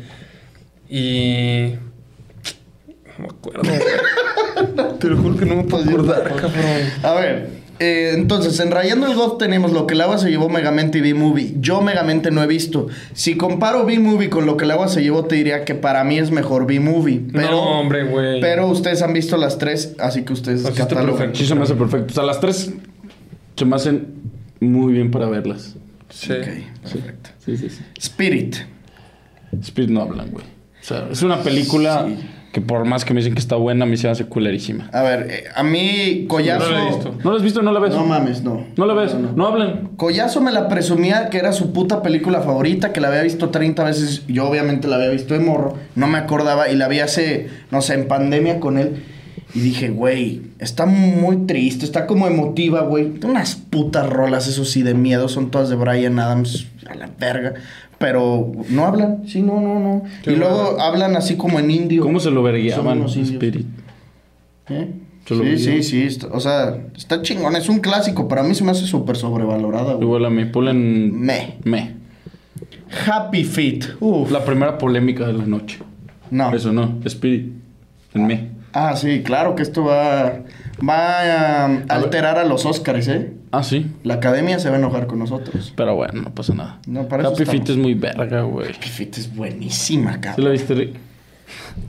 Y. No me acuerdo, güey. Te lo juro que no me puedo acordar, cabrón. A ver. eh, entonces, en Rayando el God tenemos lo que el agua se llevó Megamente y B-Movie. Yo Megamente no he visto. Si comparo B-Movie con lo que el agua se llevó, te diría que para mí es mejor B-Movie. Pero, no, hombre, güey. pero ustedes han visto las tres, así que ustedes Así está catalogan. perfecto. Sí, se me hace perfecto. O sea, las tres se me hacen muy bien para verlas. Sí. Ok, perfecto. Sí, sí, sí. Spirit. Speed no hablan, güey. O sea, es una película que por más que me dicen que está buena, a mí se me hace culerísima. A ver, eh, a mí Collazo... No la he visto. ¿No la has visto? ¿No la ves? No mames, no. ¿No la ves? No, hablan. Collazo me la presumía que era su puta película favorita, que la había visto 30 veces. Yo obviamente la había visto de morro, no me acordaba y la vi hace, no sé, en pandemia con él. Y dije, güey, está muy triste, está como emotiva, güey. Tiene Unas putas rolas, eso sí, de miedo, son todas de Brian Adams, a la verga. Pero no hablan, sí, no, no, no. Qué y luego hablan así como en indio. ¿Cómo se lo Son vergueaban? unos indios. Spirit. ¿Eh? Yo lo vi. Sí, sí, sí, está- o sea, está chingón, es un clásico, para mí se me hace súper sobrevalorada, güey. Igual a mí, ponen... Me. Me. Happy Feet. Uf. Ah. La primera polémica de la noche. No. Eso no, Spirit. En me. Ah, sí, claro que esto va, va a um, alterar a los Óscares, ¿eh? Ah, sí. La academia se va a enojar con nosotros. Pero bueno, no pasa nada. No, para eso Happy estamos. Feet es muy verga, güey. Happy Feet es buenísima, ¿Sí la cabrón. viste, Rick?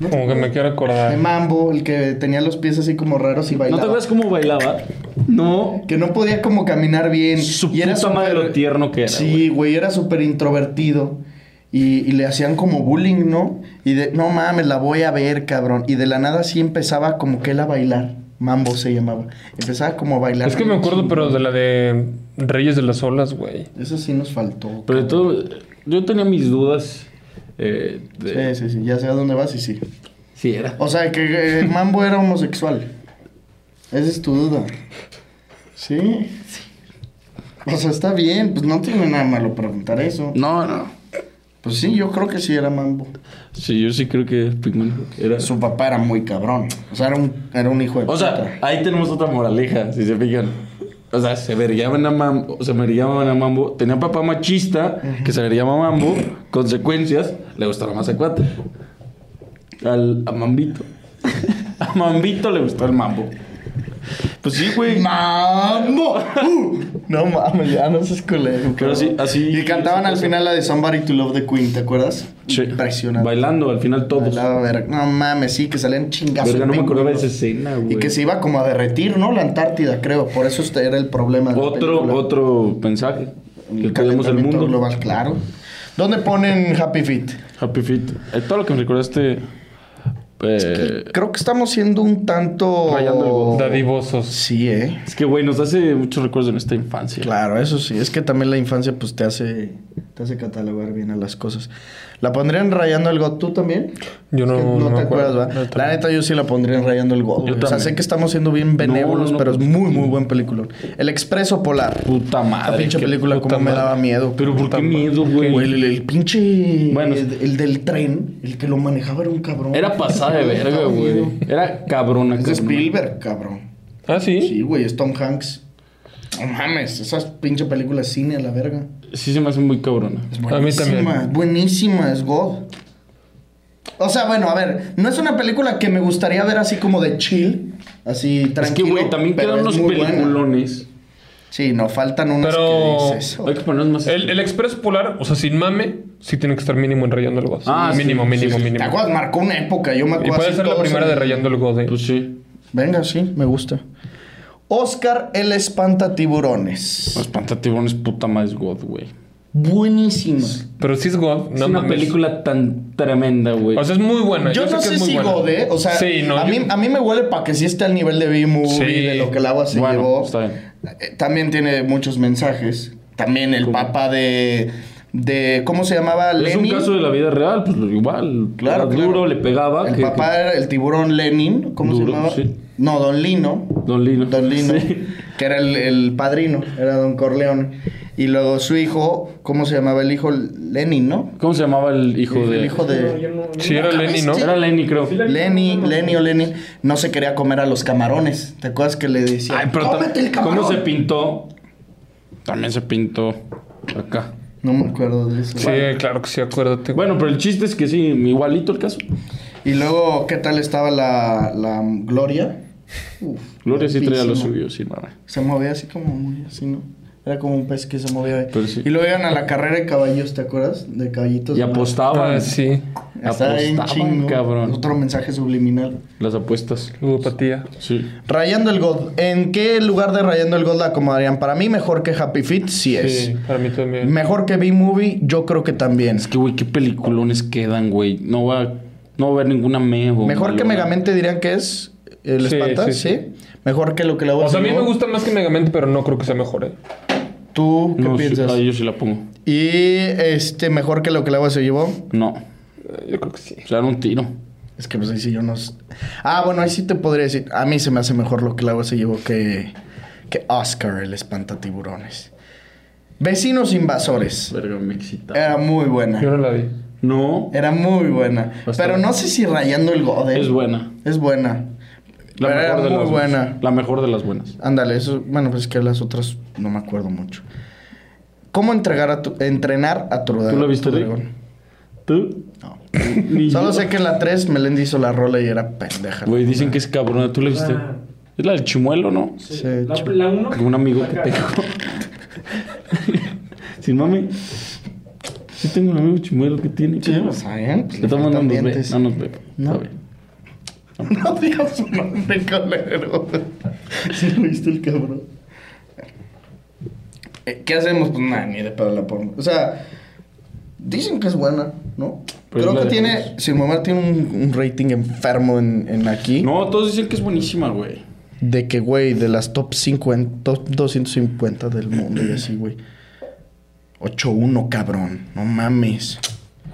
Como que me quiero De acordar. mambo, el que tenía los pies así como raros y ¿No bailaba. te acuerdas cómo bailaba? No. Que no podía como caminar bien. Su puta madre lo tierno que era, Sí, güey, era súper introvertido. Y, y le hacían como bullying, ¿no? Y de, no mames, la voy a ver, cabrón. Y de la nada sí empezaba como que él a bailar. Mambo se llamaba. Empezaba como a bailar. Es que me acuerdo, pero de la de Reyes de las Olas, güey. Eso sí nos faltó. Pero de todo, yo tenía mis dudas. Eh, de, Sí, sí, sí, ya sé a dónde vas y sí. Si era. O sea, que eh, Mambo era homosexual. Esa es tu duda. ¿Sí? O sea, está bien, pues no tiene nada malo preguntar eso. No, no. Pues sí, yo creo que sí era Mambo. Sí, yo sí creo que Pigman era. Su papá era muy cabrón. O sea, era un, era un hijo de O sea, puta. ahí tenemos otra moraleja, si se fijan. O sea, se vergueaban a Mambo, se vergueaban a Mambo. Tenía papá machista, que se le llama Mambo. Consecuencias, le gustaba más a Cuate. Al, a Mambito. (laughs) a Mambito le gustó el Mambo. Pues sí, güey. (laughs) ¡Mambo! Uh, no mames, ya no seas culero. Pero así- así- Y cantaban al final la de Somebody to Love the Queen, ¿te acuerdas? Sí. Impresionante. Bailando, al final todos. Bailaba verga. No mames, sí, que salían chingazos. Verga, no me pingüinos. acordaba de esa escena, güey. Y que se iba como a derretir, ¿no? La Antártida, creo. Por eso este era el problema. de la película. Otro, otro mensaje. Que El cuidemos el calentamiento mundo. global, claro. ¿Dónde ponen Happy Feet? Happy Feet. Eh, todo lo que me recordaste. eh, Creo que estamos siendo un tanto... Rayando el borde. Dadivosos. Sí, ¿eh? es que, güey, nos hace muchos recuerdos de nuestra infancia. Claro, eso sí. Es que también la infancia pues te hace, te hace catalogar bien a las cosas. ¿La pondrían rayando el God tú también? Yo no- Es que no me te acuerdas, acuerdo. ¿va? No, la neta yo sí la pondría en rayando el God. Yo güey. O sea, también. sé que estamos siendo bien benévolos, no, pero es pues, muy, muy buen película. El Expreso Polar. Puta madre. La pinche qué película puta como me madre. daba miedo. Pero ¿por Puta qué madre. miedo, Güey, el, güey? el pinche. Bueno, el, el del tren, el que lo manejaba era un cabrón. Era pasada de verga, Estaba miedo. güey. Era cabrona. Es de cabrona. Spielberg, cabrón. Ah, sí. Sí, güey, es Tom Hanks. No mames, esas pinche películas cine a la verga. Sí, se me hace muy cabrona. Es A mí buenísima, también. buenísima, es God. O sea, bueno, a ver, no es una película que me gustaría ver así como de chill, así tranquilo. Es que, güey, también pero quedan es unos muy buena. peliculones. Sí, no, faltan unos Pero- que dices. "Oh, Hay que ponernos más. El, el Express Polar, o sea, sin mame, sí tiene que estar mínimo en Rayando el God. Ah, sí, mínimo, sí, mínimo, sí. ¿Te mínimo. acuerdas? Marcó una época, yo me Y acuerdo. puede así ser la todos primera en- de Rayando el God. eh. Pues sí. Venga, sí, me gusta. Oscar el espanta tiburones. Espantatiburones, puta madre, es God, güey. Buenísima. Pero sí es God. No es una mames. película tan tremenda, güey. O sea, es muy buena. Yo, no que sé es muy si buena. Godé, o sea, Sí, no, a, yo- mí, a mí me huele para que sí esté al nivel de B-Movie, Sí. de lo que el agua se Bueno, llevó. está bien. Eh, También tiene muchos mensajes. También el ¿Cómo? papa de, de. ¿Cómo se llamaba? Es un Lenin. caso de la vida real, pues igual. Claro, Era claro. duro, le pegaba. El que- papá era el tiburón Lenin. ¿Cómo se Duro, llamaba? sí. No, Don Lino. Don Lino. Don Lino. Sí. Que era el, el padrino, era Don Corleone. Y luego su hijo, ¿cómo se llamaba el hijo? Lenin, ¿no? ¿Cómo se llamaba el hijo El de.? hijo de- No, yo no- yo Sí, no- era Lenny, ¿no? Era Lenny, creo. Sí, la- Lenny, Lenny o Lenny no se quería comer a los camarones. ¿Te acuerdas que le decía? Ay, pero ta- "Cómete el camarón"? ¿Cómo se pintó? También se pintó acá. No me acuerdo de eso. Sí, claro que sí, acuérdate. Bueno, pero el chiste es que sí, igualito el caso. Y luego, ¿qué tal estaba la, la Gloria? Uf, Gloria sí traía lo guapísima. suyo, sí, nada. Se movía así como muy así, ¿no? Era como un pez que se movía. ahí. Pero sí. Y luego iban a la carrera de caballos, ¿te acuerdas? De caballitos. Y apostaban. Ah, sí. Estaba bien Apostaban, chingo. cabrón. Otro mensaje subliminal. Las apuestas. Ludopatía. Sí. Rayando el God. ¿En qué lugar de Rayando el God la acomodarían? Para mí, mejor que Happy Feet, sí es. Sí, para mí también. Mejor que B-Movie, yo creo que también. Es que, güey, qué peliculones quedan, güey. No va, no va a haber ninguna mego. Mejor que Megamente dirían que es el Sí, espanta, sí, sí, sí. Mejor que lo que la voy O sea, a mí me gusta más que Megamente, pero no creo que sea mejor, ¿eh? ¿Tú qué No, sí, piensas? ah, yo sí la pongo. Y este, mejor que lo que el agua se llevó. No. Eh, Yo creo que sí. O sea, era un tiro. Es que pues ahí sí yo no. s- Ah, bueno, ahí sí te podría decir. A mí se me hace mejor lo que el agua se llevó que, que Oscar, el espanta tiburones. Vecinos invasores. Verga, me excitaba. Era muy Yo buena. no la vi. No, Era muy buena. Bastante. Pero no sé si rayando el gode. es buena. Es buena. La Pero era mejor de eh, muy las buena. La mejor de las buenas. Ándale, eso, bueno, pues es que las otras no me acuerdo mucho. ¿Cómo entregar a tu- entrenar a tu ¿Tú la viste, Rick? dragón? ¿Tú? No. Ni Solo yo. sé que en la 3 Melendi hizo la rola y era pendeja. Güey, dicen que es cabrona. ¿Tú la viste? Ah. Es la del chimuelo, ¿no? Sí, Se la- echó- la uno- De un amigo que la- tengo. (laughs) Sin mami. Sí tengo un amigo chimuelo que tiene. Sí, pues, lo saben. Le toman no nos ve. No nos ve. No. Está (laughs) bien. No digas su nombre, (laughs) colero. Si lo viste el cabrón. Eh, ¿Qué hacemos? Pues nada, ni de pedo la pongo. O sea, dicen que es buena, ¿no? Pues Creo la que tiene, dejamos. sin mamar, tiene un, un rating enfermo en, en aquí. No, todos dicen que es buenísima, güey. De que, güey, de las top 50, top 250 del mundo y así, güey. 8-1, cabrón. No mames.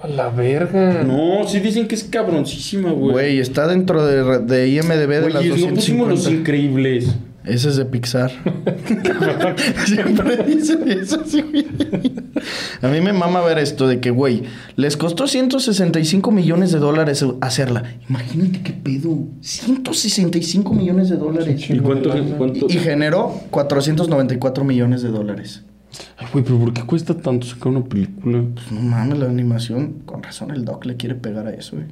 A la verga. No, sí dicen que es cabroncísima, güey. Güey, está dentro de, re- de IMDB de Oye, las no pusimos los 250. increíbles. (laughs) Ese es de Pixar. Siempre dicen eso, sí, güey. A mí me mama ver esto de que, güey, les costó 165 millones de dólares hacerla. Imagínate qué pedo. 165 millones de dólares. ¿Y cuánto? cuánto? Y generó 494 millones de dólares. Ay, güey, pero ¿por qué cuesta tanto sacar una película? Pues no mames, la animación. Con razón el Doc le quiere pegar a eso, güey.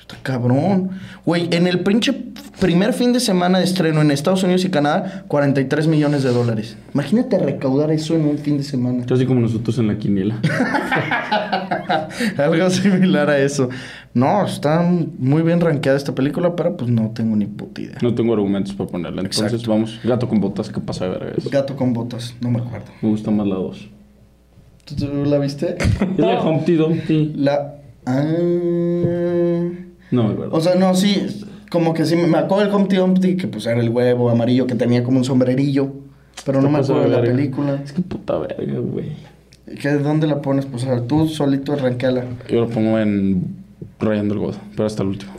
Está cabrón. Güey, en el pinche primer fin de semana de estreno en Estados Unidos y Canadá, 43 millones de dólares. Imagínate recaudar eso en un fin de semana. (laughs) Casi como nosotros en la quiniela. Algo similar a eso. No, está muy bien rankeada esta película, pero pues no tengo ni puta idea. No tengo argumentos para ponerla. Entonces, Exacto. vamos. Gato con botas, ¿qué pasa de verga? eso? Gato con botas, no me acuerdo. Me gusta más la 2. ¿Tú, tú la viste? Es de Humpty Dumpty. La. Ah. No, es verdad. O sea, no, sí. Como que sí, me acuerdo del Humpty Dumpty, que pues era el huevo amarillo que tenía como un sombrerillo. Pero no me Pasa acuerdo de la verga. película. Es que puta verga, güey. ¿Qué, ¿Dónde la pones? Pues a ver, tú solito arranqueala. Yo lo pongo en Ryan del God, pero hasta el último.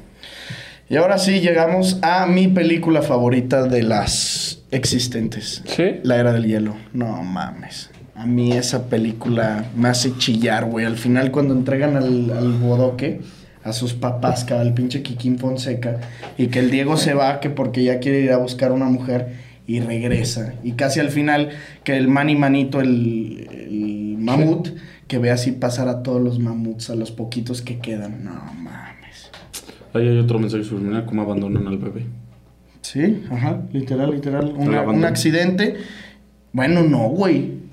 Y ahora sí llegamos a mi película favorita de las existentes. ¿Sí? La era del hielo. No mames. A mí esa película me hace chillar, güey. Al final cuando entregan al, al bodoque a sus papás, cabal, el pinche Kikín Fonseca, y que el Diego se va que porque ya quiere ir a buscar una mujer y regresa. Y casi al final que el mani manito, el, el mamut, que ve así pasar a todos los mamuts, a los poquitos que quedan. No mames. Ahí hay otro mensaje subliminal, cómo abandonan al bebé. Sí, ajá, literal, literal. Una- abandono. un accidente. Bueno, no, güey.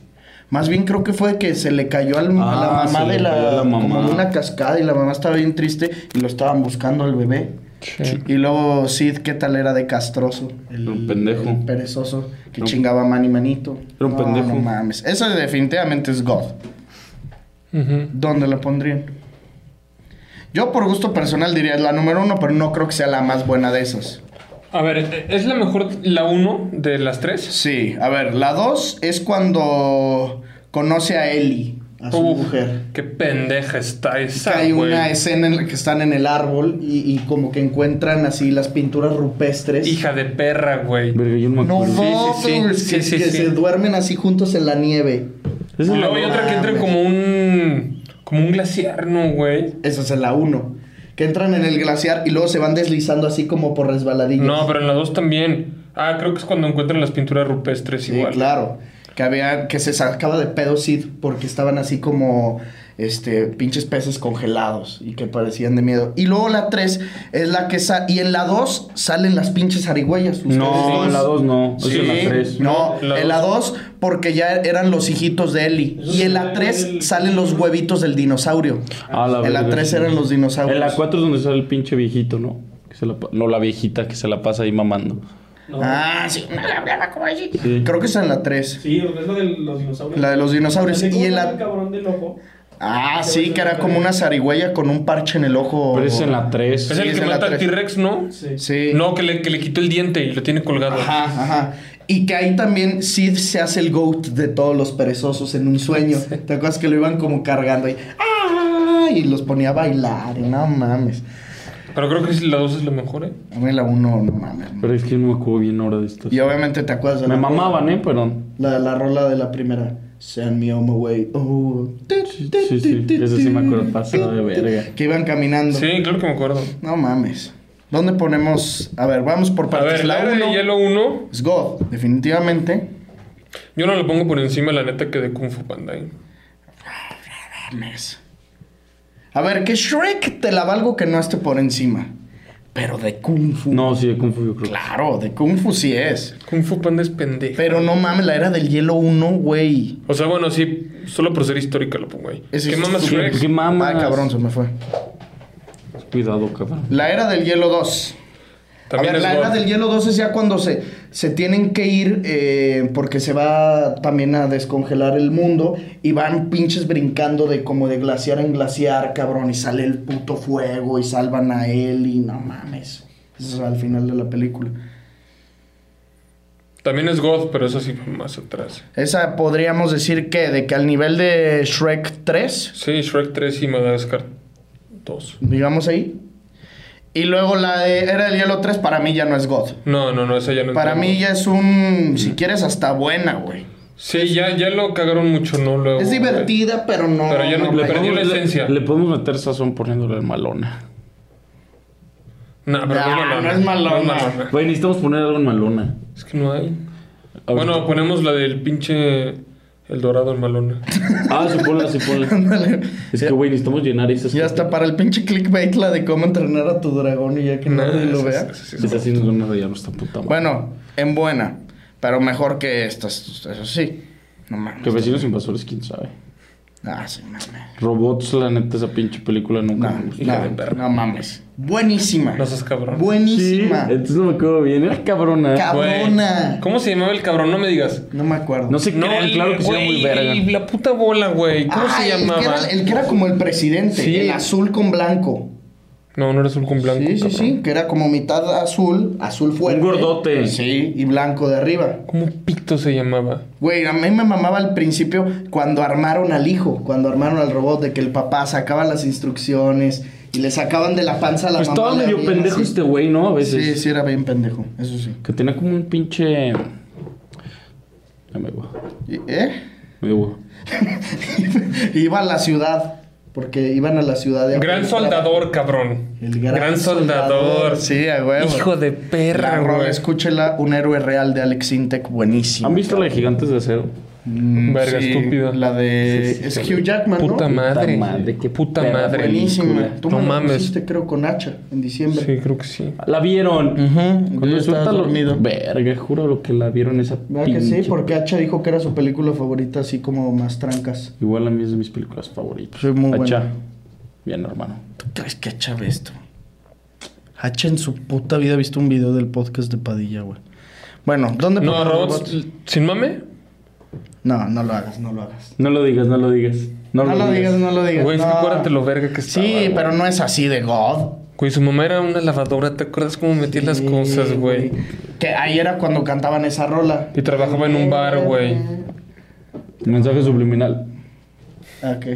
Más bien creo que fue que se le cayó al, a la Ah, mamá se le de la, cayó a la mamá. como de una cascada y la mamá estaba bien triste y lo estaban buscando al bebé. Sí. Y luego Sid, ¿qué tal era de castroso? El, Un pendejo. el perezoso que Era un- chingaba mani manito. Era un No, pendejo. No mames. Eso definitivamente es God. Ujú. ¿Dónde la pondrían? Yo por gusto personal diría la número uno, pero no creo que sea la más buena de esas. A ver, ¿es la mejor la 1 de las tres? Sí, a ver, la 2 es cuando conoce a Ellie, a su Uf, Ah, mujer. Qué pendeja está Es que esa, hay güey. una escena en la que están en el árbol y, y como que encuentran así las pinturas rupestres. Hija de perra, güey. Verga, yo no me No, acuerdo. no, Sí, sí, sí. que, Sí, sí, que sí. se duermen así juntos en la nieve. Esa es Y la luego hay dos. otra que Ah, entra como un... Como un glaciar, ¿no, güey? Esa es la 1. Que entran en el glaciar y luego se van deslizando así como por resbaladillas. No, pero en la 2 también. Ah, creo que es cuando encuentran las pinturas rupestres Sí, igual. claro. Que, había, que se sacaba de pedo Sid porque estaban así como este pinches peces congelados y que parecían de miedo. Y luego la 3 es la que sale. Y en la 2 salen las pinches arigüeyas. ustedes No, dos. en la 2 no. Es Sí. en la 3. No, La en la 2 porque ya eran los hijitos de Eli. Eso Y en la sale 3 el- salen los huevitos del dinosaurio. Ah, la en la verga, 3 sí. eran los dinosaurios. En la 4 es donde sale el pinche viejito, ¿no? Que se la pa- no, la viejita que se la pasa ahí mamando. Ah, sí. Sí. Creo que es en la 3. Sí, es lo de los dinosaurios. La de los dinosaurios. ¿Cómo Y en se llama el la... cabrón del ojo. Ah, sí, que era como una zarigüeya con un parche en el ojo. Pero es en la 3. Es Sí, el es que en la mata al tres. T-Rex, ¿no? Sí. Sí. No, que le, que le quitó el diente y lo tiene colgado. Ajá, ajá. Y que ahí también Sid se hace el goat de todos los perezosos en un sueño. ¿Te acuerdas que lo iban como cargando ahí? ¡Ah! Y los ponía a bailar. y no mames. Pero creo que la 2 es la mejor, ¿eh? A mí la uno, no mames. Pero es que no me acuerdo bien ahora de esto. Y obviamente te acuerdas de Me la, mamaban, ¿eh? Pero. la, la rola de la primera. Send me on my way. Oh. Sí, sí, sí. Eso sí me acuerdo. Pasada de verga. Que iban caminando. Sí, claro que me acuerdo. No mames. ¿Dónde ponemos? A ver, vamos por A partes. ver, la la era de 1 hielo 1, es God, definitivamente. yo no lo pongo por encima, la neta, que de Kung Fu Panda. ¿eh? Mames. A ver, que Shrek te la valgo que no esté por encima. Pero de Kung Fu. No, sí, de Kung Fu, yo creo. Claro, de Kung Fu sí es. Kung Fu Panda es pendejo. Pero no mames, la era del hielo 1, güey. O sea, bueno, sí, solo por ser histórica lo pongo ahí. Ese ¿Qué es- mamas sí, Shrek? ¿Qué mamas? Ah, cabrón, se me fue. Cuidado, cabrón. La era del hielo 2. A También ver, es la era God. del hielo 2 es ya cuando se, se tienen que ir eh, porque se va también a descongelar el mundo y van pinches brincando de como de glaciar en glaciar, cabrón, y sale el puto fuego y salvan a él y no mames. Eso es al final de la película. También es God, pero eso sí más atrás. Esa podríamos decir que, de que al nivel de Shrek 3, Sí, Shrek 3 y Madagascar 2. digamos ahí. Y luego la de Era del Hielo 3 para mí ya no es God. No, no, no, esa ya no Para entró. mí ya es un, si quieres, hasta buena, güey. Sí, ya, ya lo cagaron mucho, ¿no? Luego, Es divertida, pero no. Pero ya no- le me- perdí la esencia. Le podemos meter sazón poniéndole el malona. No, pero Ah, no es malona. no es malona. Güey, necesitamos poner algo en malona. Es que no hay. Ahorita. Bueno, ponemos la del pinche El Dorado en Malona. Ah, sí, ponla, sí, ponla. Ándale. (laughs) Es que, güey, necesitamos llenar esas. Ya está para el pinche clickbait la de cómo entrenar a tu dragón y ya (laughs) que Nah, nadie lo esa- vea. esa- esa- esa- Es así, nos van a rayar nuestra puta madre. Bueno, en buena, pero mejor que estas, eso sí. No Que pues mames. vecinos invasores, quién sabe. Ah, sí, mames. Robots, la neta, esa pinche película nunca No, me gustó. no, no mames. Buenísima. No seas cabrón. Sí, Buenísima. entonces no me quedo bien. Era cabrona. Güey, Cabrona. ¿Cómo se llamaba el cabrón? No me digas. No me acuerdo. No sé, crean, el- claro que sí era muy güey, verga. La puta bola, güey. ¿Cómo Ah, se llamaba? El que, era, el que era como el presidente, Sí. el azul con blanco. No, no era azul con blanco. sí, sí, cabrón. sí, que era como mitad azul, azul fuerte. Un gordote. Sí, y blanco de arriba. ¿Cómo pito se llamaba? Güey, a mí me mamaba al principio cuando armaron al hijo, cuando armaron al robot, de que el papá sacaba las instrucciones y le sacaban de la panza a la Pues mamá. estaba le medio abrían pendejo así. este güey, ¿no? A veces. Sí, sí, era bien pendejo, eso sí. Que tenía como un pinche. Ya me voy. Y- ¿Eh? (laughs) Me voy. Iba a la ciudad, porque iban a la ciudad de... Gran soldador, cabrón. El gran, soldador. Sí, a huevo. Hijo de La perra, rola, güey. Escúchela, un héroe real de Alex Intec, buenísimo. ¿Han visto la de Gigantes de Acero? Mm, Verga, estúpida. La de... Eh, es Hugh Jackman, ¿no? Puta madre. madre, qué puta perra, madre. Buenísima. película. Tú No me la mames. pusiste, creo, con hacha en diciembre. Sí, creo que sí. La vieron. Ujú, yo Cuando estaba suelta lo- dormido. Verga, juro lo que la vieron esa ¿Verdad que sí? pinche- Porque Hacha dijo que era su película favorita, así como más trancas. Igual a mí es de mis películas favoritas. Sí, muy buena. Hacha. Bien, hermano. ¿Tú crees que Hacha ve esto? Hacha en su puta vida ha visto un video del podcast de Padilla, güey. Bueno, ¿dónde No, ponemos robots. ¿Sin mame? No, no lo hagas, no lo hagas. No lo digas, no lo digas. No, No, lo digas, no lo digas. Güey, es que no. acuérdate lo verga que estaba. Sí, güey. pero no es así de God. Güey, su mamá era una lavadora. ¿Te acuerdas cómo metía las Sí, cosas, güey? Que ahí era cuando cantaban esa rola. Y trabajaba en un bar, güey. Mensaje subliminal. (laughs) Ah, Ok.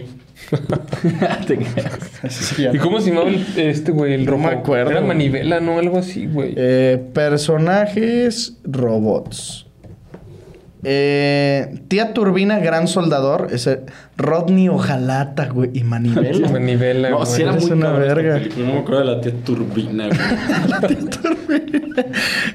(laughs) Te creas. Así ya. ¿Y cómo se llamaba el- este, güey? El No rojo. me acuerdo. Era manivela, ¿no? Algo así, güey. Eh, personajes robots. Eh, tía Turbina, gran soldador. Ese, Rodney Ojalata, güey. Y (laughs) Manivela. manivela, no, güey. sí era eres muy una cabrón esta verga. película. No me acuerdo de la tía Turbina, (laughs) güey.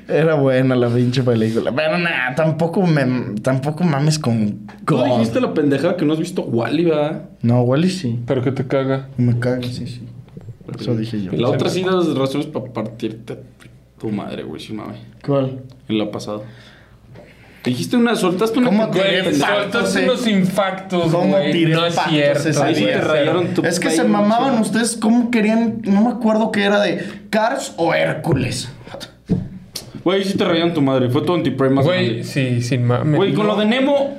Era buena la pinche película. Pero nada, tampoco, me, tampoco mames con ¿Tú God. dijiste la pendejada que no has visto Wally, verdad? No, Wally sí. Pero que te caga. Me cago, sí, sí. Eso dije yo. La otra sí das razones para partirte tu madre, güey, sin mame. ¿Cuál? En la pasada. Dijiste una, soltaste una ¿Cómo pendejada. te Güey, soltaste eh. unos infactos, ¿Cómo güey. tiré No es pactos cierto. ese Ahí sí güey. te rayaron tu Es que se pecho. mamaban ustedes. ¿Cómo querían? No me acuerdo que era de Cars o Hércules. Güey, sí te rayaron tu madre. Fue tu antiprime más Güey, grande. sí, sin mame. Güey, con lo de Nemo.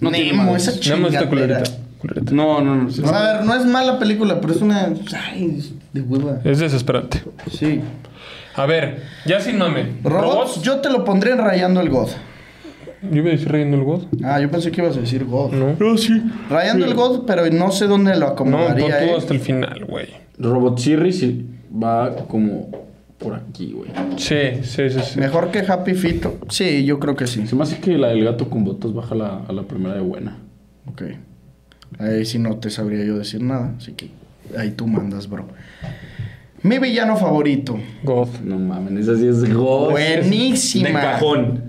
No tiene Nemo, madre. esa Nemo está chingadera. Ah. culerita. culerita. No, no, no. sí. No, a ver, no es mala película, pero es una. Ay, de hueva. Es desesperante. Sí. A ver, ya sin mame. Robots, yo te lo pondré en Rayando el God. Yo iba a decir reyendo el God. Ah, yo pensé que ibas a decir God. No. sí. Rayando el God, pero no sé dónde lo No, pon acomodaría. tú eh. hasta el final, güey. Robot Series sí, va como por aquí, güey. Sí, sí, sí, sí. Mejor que Happy Fito. Sí, yo creo que sí. Se me hace que la del gato con botas baja la, a la primera de buena. Ok. Ahí sí no te sabría yo decir nada, así que ahí tú mandas, bro. Mi villano favorito. God. No mames, esa sí es God. Buenísima. De cajón.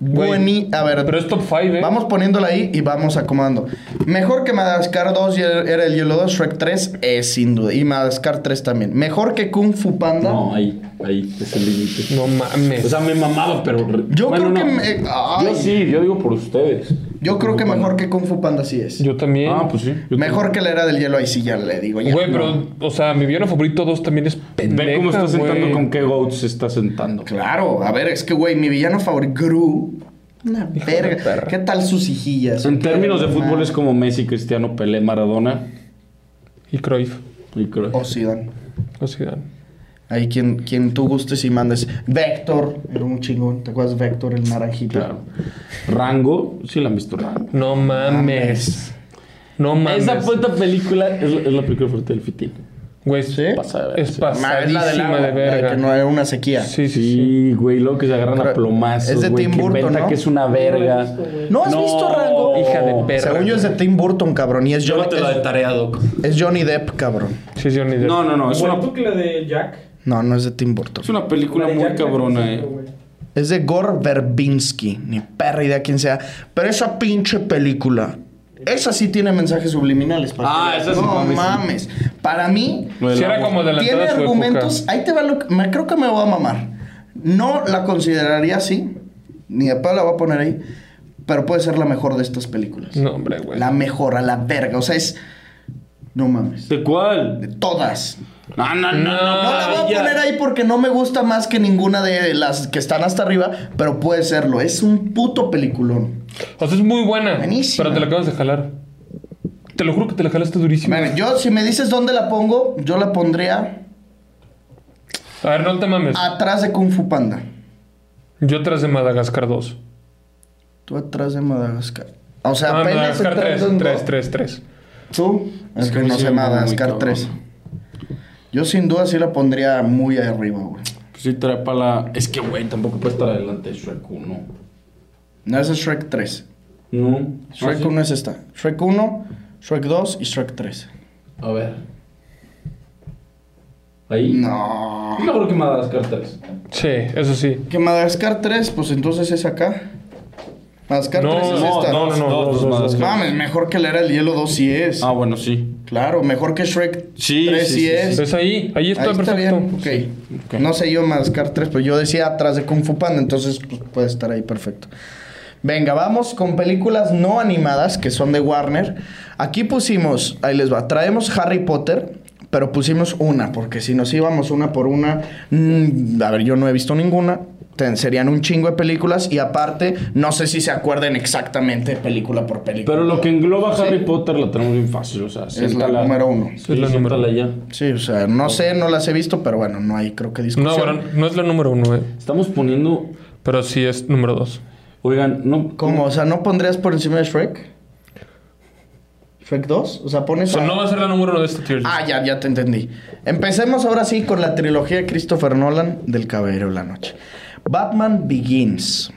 Güey, Bueni- A ver, Pero es top 5, ¿eh? vamos poniéndola ahí y vamos acomodando. Mejor que Madagascar 2 y el- era el Hielo 2, Shrek 3 es sin duda. Y Madagascar 3 también. Mejor que Kung Fu Panda. No, ahí, ahí es el límite. No mames. Pues, O sea, me mamaba, pero. Yo creo que me- ay. Yo sí, yo digo por ustedes. Yo creo que Ocupan- mejor que Kung Fu Panda sí es. yo también. Ah, pues sí. yo Mejor que la era del hielo, ahí sí ya le digo. ya. Güey, pero, o sea, mi villano favorito 2 también es también. pendeja, Ve cómo está sentando güey. con qué goat se está sentando. Claro, a ver, es que, güey, mi villano favorito, Gru. Una verga. perra. ¿Qué tal sus hijillas? En términos de fútbol es como Messi, Cristiano, Pelé, Maradona Y Cruyff. y creo. O Zidane. O Zidane. Oh, Ahí quien, quien tú gustes y mandes. Vector, era un chingón. ¿Te acuerdas? Vector, el naranjito. Claro. Rango, sí la han visto Rango. No mames. No mames. Esa puta película es la, es la película fuerte del Fitín. Güey, ¿Sí? Pasa de ver. es Ma- es pasadísima la del agua, de la verga. que no era una sequía. Sí, sí, sí. Sí, güey, luego que se agarran a Pero- plomazos. es de güey, Tim que Burton, inventa ¿no? que es una No verga. lo he visto, güey. ¿No has visto Rango? Hija de perra. Según yo es de Tim Burton, cabrón. Y es Johnny, Llévatelo de es, tarea, Doc. es Johnny Depp, cabrón. Sí, Johnny Depp. No, no, no, es una, Igualito que la de Jack. No, no es de Tim Burton. es una película La de muy Jack la cabrona, conozco, eh. güey. Es de Gore Verbinski. Ni perra idea quién sea. Pero esa pinche película. Esa sí tiene mensajes subliminales. para Ah, que- esa sí, No mames. mames. Para mí, Lo del Sí, era agua. como adelantada tiene a su argumentos. época. Ahí te va lo que. Me, creo que me voy a mamar. No la consideraría así. Ni de pedo la voy a poner ahí. Pero puede ser la mejor de estas películas. No, hombre, güey. La mejor, a la verga. O sea, es. No mames. ¿De cuál? De todas. No, no, no, No la no. voy a Ah, ya. poner ahí porque no me gusta más que ninguna de las que están hasta arriba, pero puede serlo. Es un puto peliculón. O sea, es muy buena. Buenísima. Pero te la acabas de jalar. Te lo juro que te la jalaste durísimo. Bueno, yo, si me dices dónde la pongo, yo la pondría A ver, no te mames. atrás de Kung Fu Panda. Yo tras de Madagascar 2. Tú atrás de Madagascar. O sea, Ah, apenas Madagascar entrando 3, en 3, do- 3, 3. Tú, es que que no sí, sé muy Madagascar cabrón. 3. Yo sin duda sí la pondría muy arriba, güey. Pues sí, trepa la. Es que, güey, tampoco puede estar adelante de Shrek 1. No, esa es Shrek 3. No. Shrek 1 es esta. Shrek 1, Shrek 2 y Shrek 3. A ver. Ahí. No. Yo creo que Madagascar 3. Sí, eso sí. Que Madagascar 3, pues entonces es acá. Madagascar No, 3 es no, esta. no, no, no, dos, dos, dos, dos, dos. dos. Mames, mejor que la era del hielo 2 sí es. Ah, bueno, sí. Claro, mejor que Shrek Sí, 3 sí, sí, sí, es. Es ahí, ahí está Ahí está perfecto. bien, ok. No sé yo Madagascar 3, pero yo decía atrás de Kung Fu Panda, entonces pues, puede estar ahí perfecto. Venga, vamos con películas no animadas que son de Warner. Aquí pusimos, ahí les va, traemos Harry Potter, pero pusimos una, porque si nos íbamos una por una, mm, a ver, yo no he visto ninguna. ten- serían un chingo de películas y aparte, no sé si se acuerden exactamente película por película. Pero lo que engloba Harry Potter la tenemos bien fácil, o sea, es la siéntala- número uno. Sí, Es la siéntala número ya. Sí, o sea, no sé, no las he visto, pero bueno, no hay creo que No, discusión. bueno, no es la número uno, eh. Estamos poniendo. Pero sí es número dos. Oigan, no. ¿Cómo? O sea, ¿no pondrías por encima de Shrek? ¿Shrek 2? O sea, O pones. sea, a- no va a ser la número uno de esta tier. list. Ah, ya, ya te entendí. Empecemos ahora sí con la trilogía de Christopher Nolan del Caballero de la Noche. Batman Begins.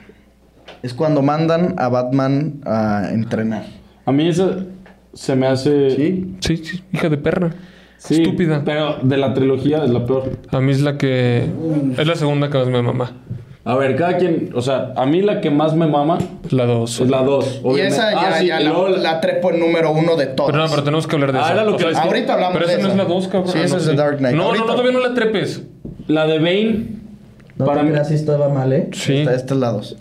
Es cuando mandan a Batman a entrenar. A mí esa se me hace. Sí, sí, hija de perra. Sí, Estúpida. Pero de la trilogía es la peor. A mí es la que. Es la segunda que más me mama. A ver, cada quien. O sea, a mí la que más me mama La dos. es la Ah, 2. Y esa ya, ya la, la trepo en número uno de todas. Pero no, pero tenemos que hablar de Ah, esa. era lo que- es que- Ahorita hablamos Pero de esa no esa. es la dos, cabrón. Sí, esa Ah, no, es The Dark Knight. No, Ahorita. no, no, todavía no la trepes. La de Bane. No para te mí- creas, sí estaba mal, ¿eh? Sí. Está de estos lados.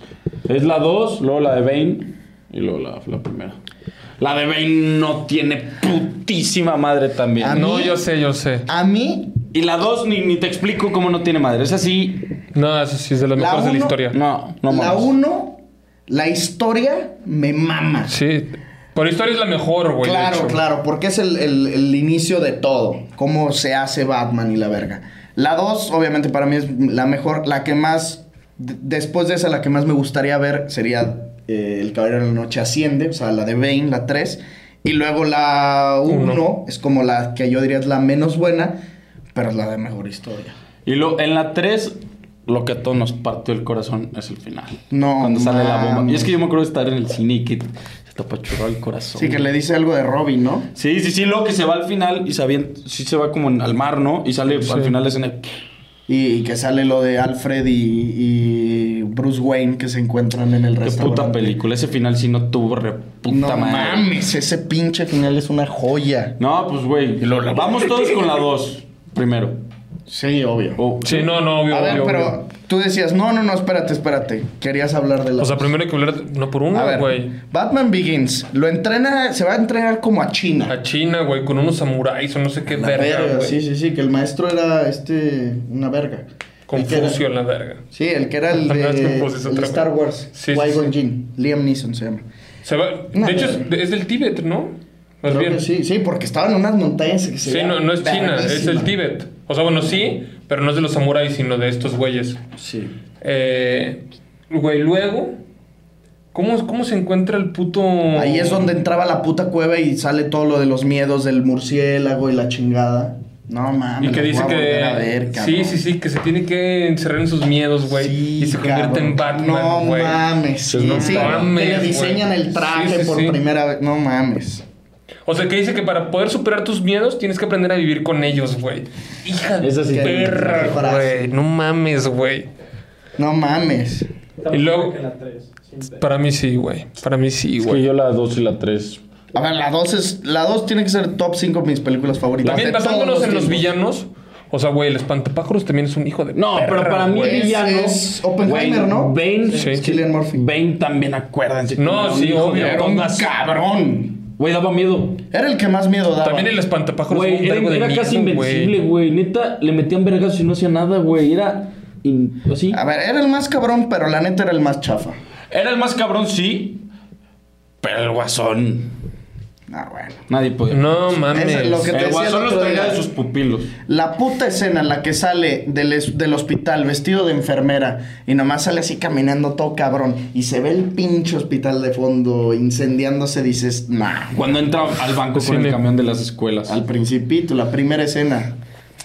Es la 2, luego la de Bane y luego la, la primera. La de Bane no tiene putísima madre también. A mí- No, yo sé, yo sé. A mí, Y la 2 ni, ni te explico cómo no tiene madre. Es así. No, esa sí es de las La mejores de la uno- historia. No, no la mames. uno, la historia me mama. Sí. Por historia es la mejor, güey. de Claro, hecho. claro, porque es el, el- el inicio de todo. Cómo se hace Batman y la verga. La 2, obviamente, para mí es la mejor. La que más. d- Después de esa, la que más me gustaría ver sería eh, El Caballero de la Noche Asciende, o sea, la de Bane, la 3. Y luego la 1 Uno. es como la que yo diría es la menos buena, pero es la de mejor historia. Y lo, en la 3, lo que a todos nos partió el corazón es el final. No Cuando sale la bomba. mames. Y es que yo me acuerdo de estar en el cine y que se te apachurró el corazón. Sí, que le dice algo de Robin, ¿no? Sí, sí, sí, luego que se va al final y se avient- sí se va como en- al mar, ¿no? Y sale al final la escena. Y, y que sale lo de Alfred y, y Bruce Wayne que se encuentran en el Qué restaurante. puta película. Ese final sí no tuvo re puta no madre. mames, ese pinche final es una joya. No, pues güey. Vamos todos con la 2 primero. Sí, obvio. O- Sí, no, no, obvio. A ver, obvio, pero obvio. tú decías, no, no, no, espérate, espérate. Querías hablar de la. O sea, primero hay que hablar de- no por A uno, ver, güey. Batman Begins lo entrena, se va a entrenar como a China. A China, güey, con unos samuráis o no sé qué La verga, güey. sí, sí, sí, que el maestro era este, una verga. El que era- Confucio en la verga. Sí, el que era el (laughs) No, de es Confucio, es el otra Star verga. Wars. Sí, sí, Qui-Gon sí. Jinn, Liam Neeson se llama. Se va- No, de hecho, no. es, de- es del Tíbet, ¿no? Creo Más Pues bien. que sí, sí, porque estaban en unas montañas que se Sí, no, no es China, es el verguísima. Tíbet. O sea, bueno, sí, pero no es de los samuráis, sino de estos güeyes. Sí. Eh, güey, luego, ¿cómo, ¿cómo se encuentra el puto. Ahí Oh. es donde entraba la puta cueva y sale todo lo de los miedos del murciélago y la chingada. No mames. Y que los dice voy a que. volver a ver, sí, cabrón. sí, sí, que se tiene que encerrar en sus miedos, güey. Sí, y se convierte cabrón. en Batman, No güey. mames. Pues sí, no sí, mames, Te le diseñan güey. el traje Sí, sí, por sí. primera vez. No mames. O sea, que dice que para poder superar tus miedos tienes que aprender a vivir con ellos, güey. Hija de Esa sí está bien. perra, Frase. güey. No mames, güey. No mames. Y luego- Que la tres, siempre. Para mí sí, güey. Para mí sí, Es que güey. yo la 2 y la 3. A ver, la 2 es. La 2 tiene que ser top 5 de mis películas favoritas. También de basándonos todos en los tiempos. villanos. O sea, güey, el espantapájaros también es un hijo de. No, pero para mí güey. villanos. Es- es Oppenheimer, güey, ¿no? Bane. Sí. Es Cillian Murphy. Bane también, acuérdense. No, Era un sí, hijo obvio. de Era un Tongas. cabrón. Güey, daba miedo. Era el que más miedo daba. También el espantapájaros Güey, es era, un vergo de era miedo, casi güey. invencible, güey. Neta, le metían vergas y no hacía nada, güey. Era. in- pues así. A ver, era el más cabrón, pero la neta era el más chafa. Era el más cabrón, sí. Pero el guasón. Ah, bueno. Nadie podía. No mames. Es lo que- te el decía el guasón los otro traía día. de sus pupilos. La puta escena en la que sale del, es- del hospital vestido de enfermera y nomás sale así caminando todo cabrón y se ve el pinche hospital de fondo incendiándose, dices, nah. Cuando entra al banco con Cine. el camión de las escuelas. Al principito, la primera escena.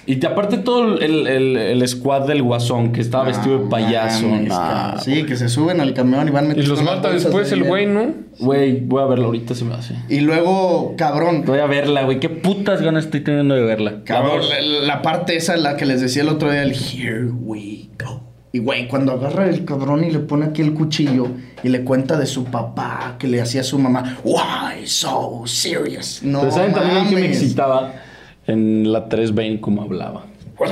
Y te aparte todo el, el, el squad del guasón que estaba vestido de Ah, No payaso. mames, Nah, cabrón. sí, que se suben al camión y van Y metiendo los las mata bolsas después de el güey, dinero. ¿no? Güey, voy a verla ahorita, se me hace. Y luego, cabrón, Voy a verla, güey. Qué putas ganas estoy teniendo de verla. Cabrón, La- la, la parte esa, la que les decía el otro día, el here we go. Y güey, cuando agarra el cabrón y le pone aquí el cuchillo y le cuenta de su papá que le hacía a su mamá, why so serious? No, Pero ¿saben también que me mames. excitaba? En la 3 Bane como hablaba. Pues,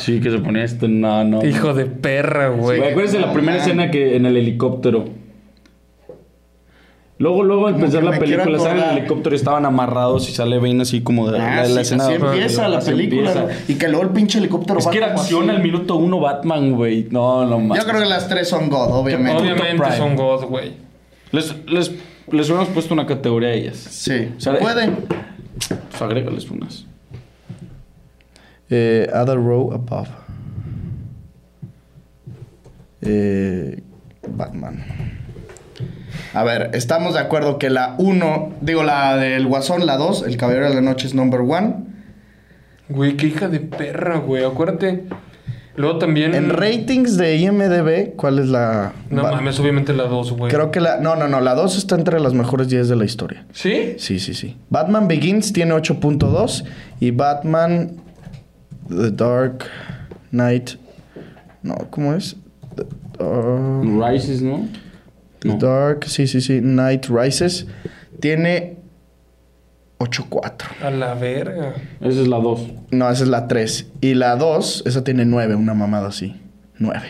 Sí, que se ponía este no, no. Hijo de perra, güey. Güey, acuérdense de la primera escena que en el helicóptero. Luego, luego al Como empezar que la me quiero película, ¿saben? En acordar. el helicóptero estaban amarrados y sale Bane así como de Ah, la, la sí, escena. así de- empieza la así película. empieza. ¿no? Y que luego el pinche helicóptero Es va que era como acción así. al minuto uno Batman, güey. No, no más. Yo creo que las tres son God, obviamente. Obviamente Prime. son God, güey. Les, les, les hubiéramos puesto una categoría a ellas. Sí. O ¿Se sea, puede? Pues agrégales unas. Eh, other row above. Eh, Batman. A ver, estamos de acuerdo que la 1, digo la del Guasón, la 2, El Caballero de la Noche es number one. Güey, qué hija de perra, güey. Acuérdate. Luego también. En ratings de IMDB, ¿cuál es la...? Mm. No Ba- mames, obviamente la 2, güey. Creo que la... No, no, no. La 2 está entre las mejores 10 de la historia. ¿Sí? Sí, sí, sí. Batman Begins tiene 8.2 y Batman The Dark Knight... No, ¿cómo es? The- ah, Rises, ¿no? The Dark, sí, sí, sí, Night Rises, tiene 8.4. A la verga. Esa es la 2. No, esa es la 3. Y la 2, esa tiene 9, una mamada así. 9.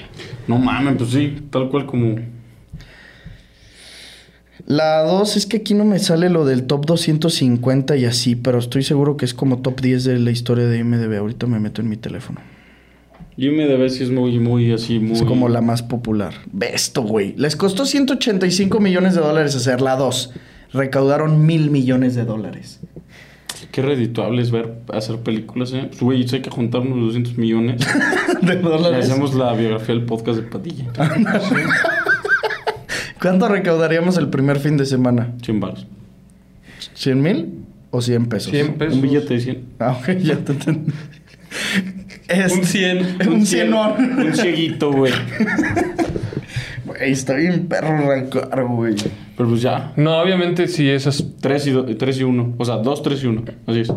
No mames, pues sí, tal cual como. La 2 es que aquí no me sale lo del top 250 y así, pero estoy seguro que es como top 10 de la historia de MDB. Ahorita me meto en mi teléfono. Yo me debe si es muy, muy así, muy. Es como la más popular. Ve esto, güey. Les costó 185 millones de dólares hacer la 2. Recaudaron mil millones de dólares. (laughs) Qué redituable es ver hacer películas, ¿eh? Pues, güey, hay que juntar unos 200 millones. De y dólares. hacemos la biografía del podcast de Padilla. (laughs) ¿Cuánto recaudaríamos el primer fin de semana? 100 baros. ¿100 mil o 100 pesos? 100 pesos. Un billete de 100. Ah, ok, ya te (laughs) entendí. Este- Un 100. Un cien- cienón. Un cieguito, güey. Güey, está bien perro rancor, güey. Pero pues ya. No, obviamente sí, esas. 3 y 2, 3 y 1. O sea, 2, 3 y 1. Así es.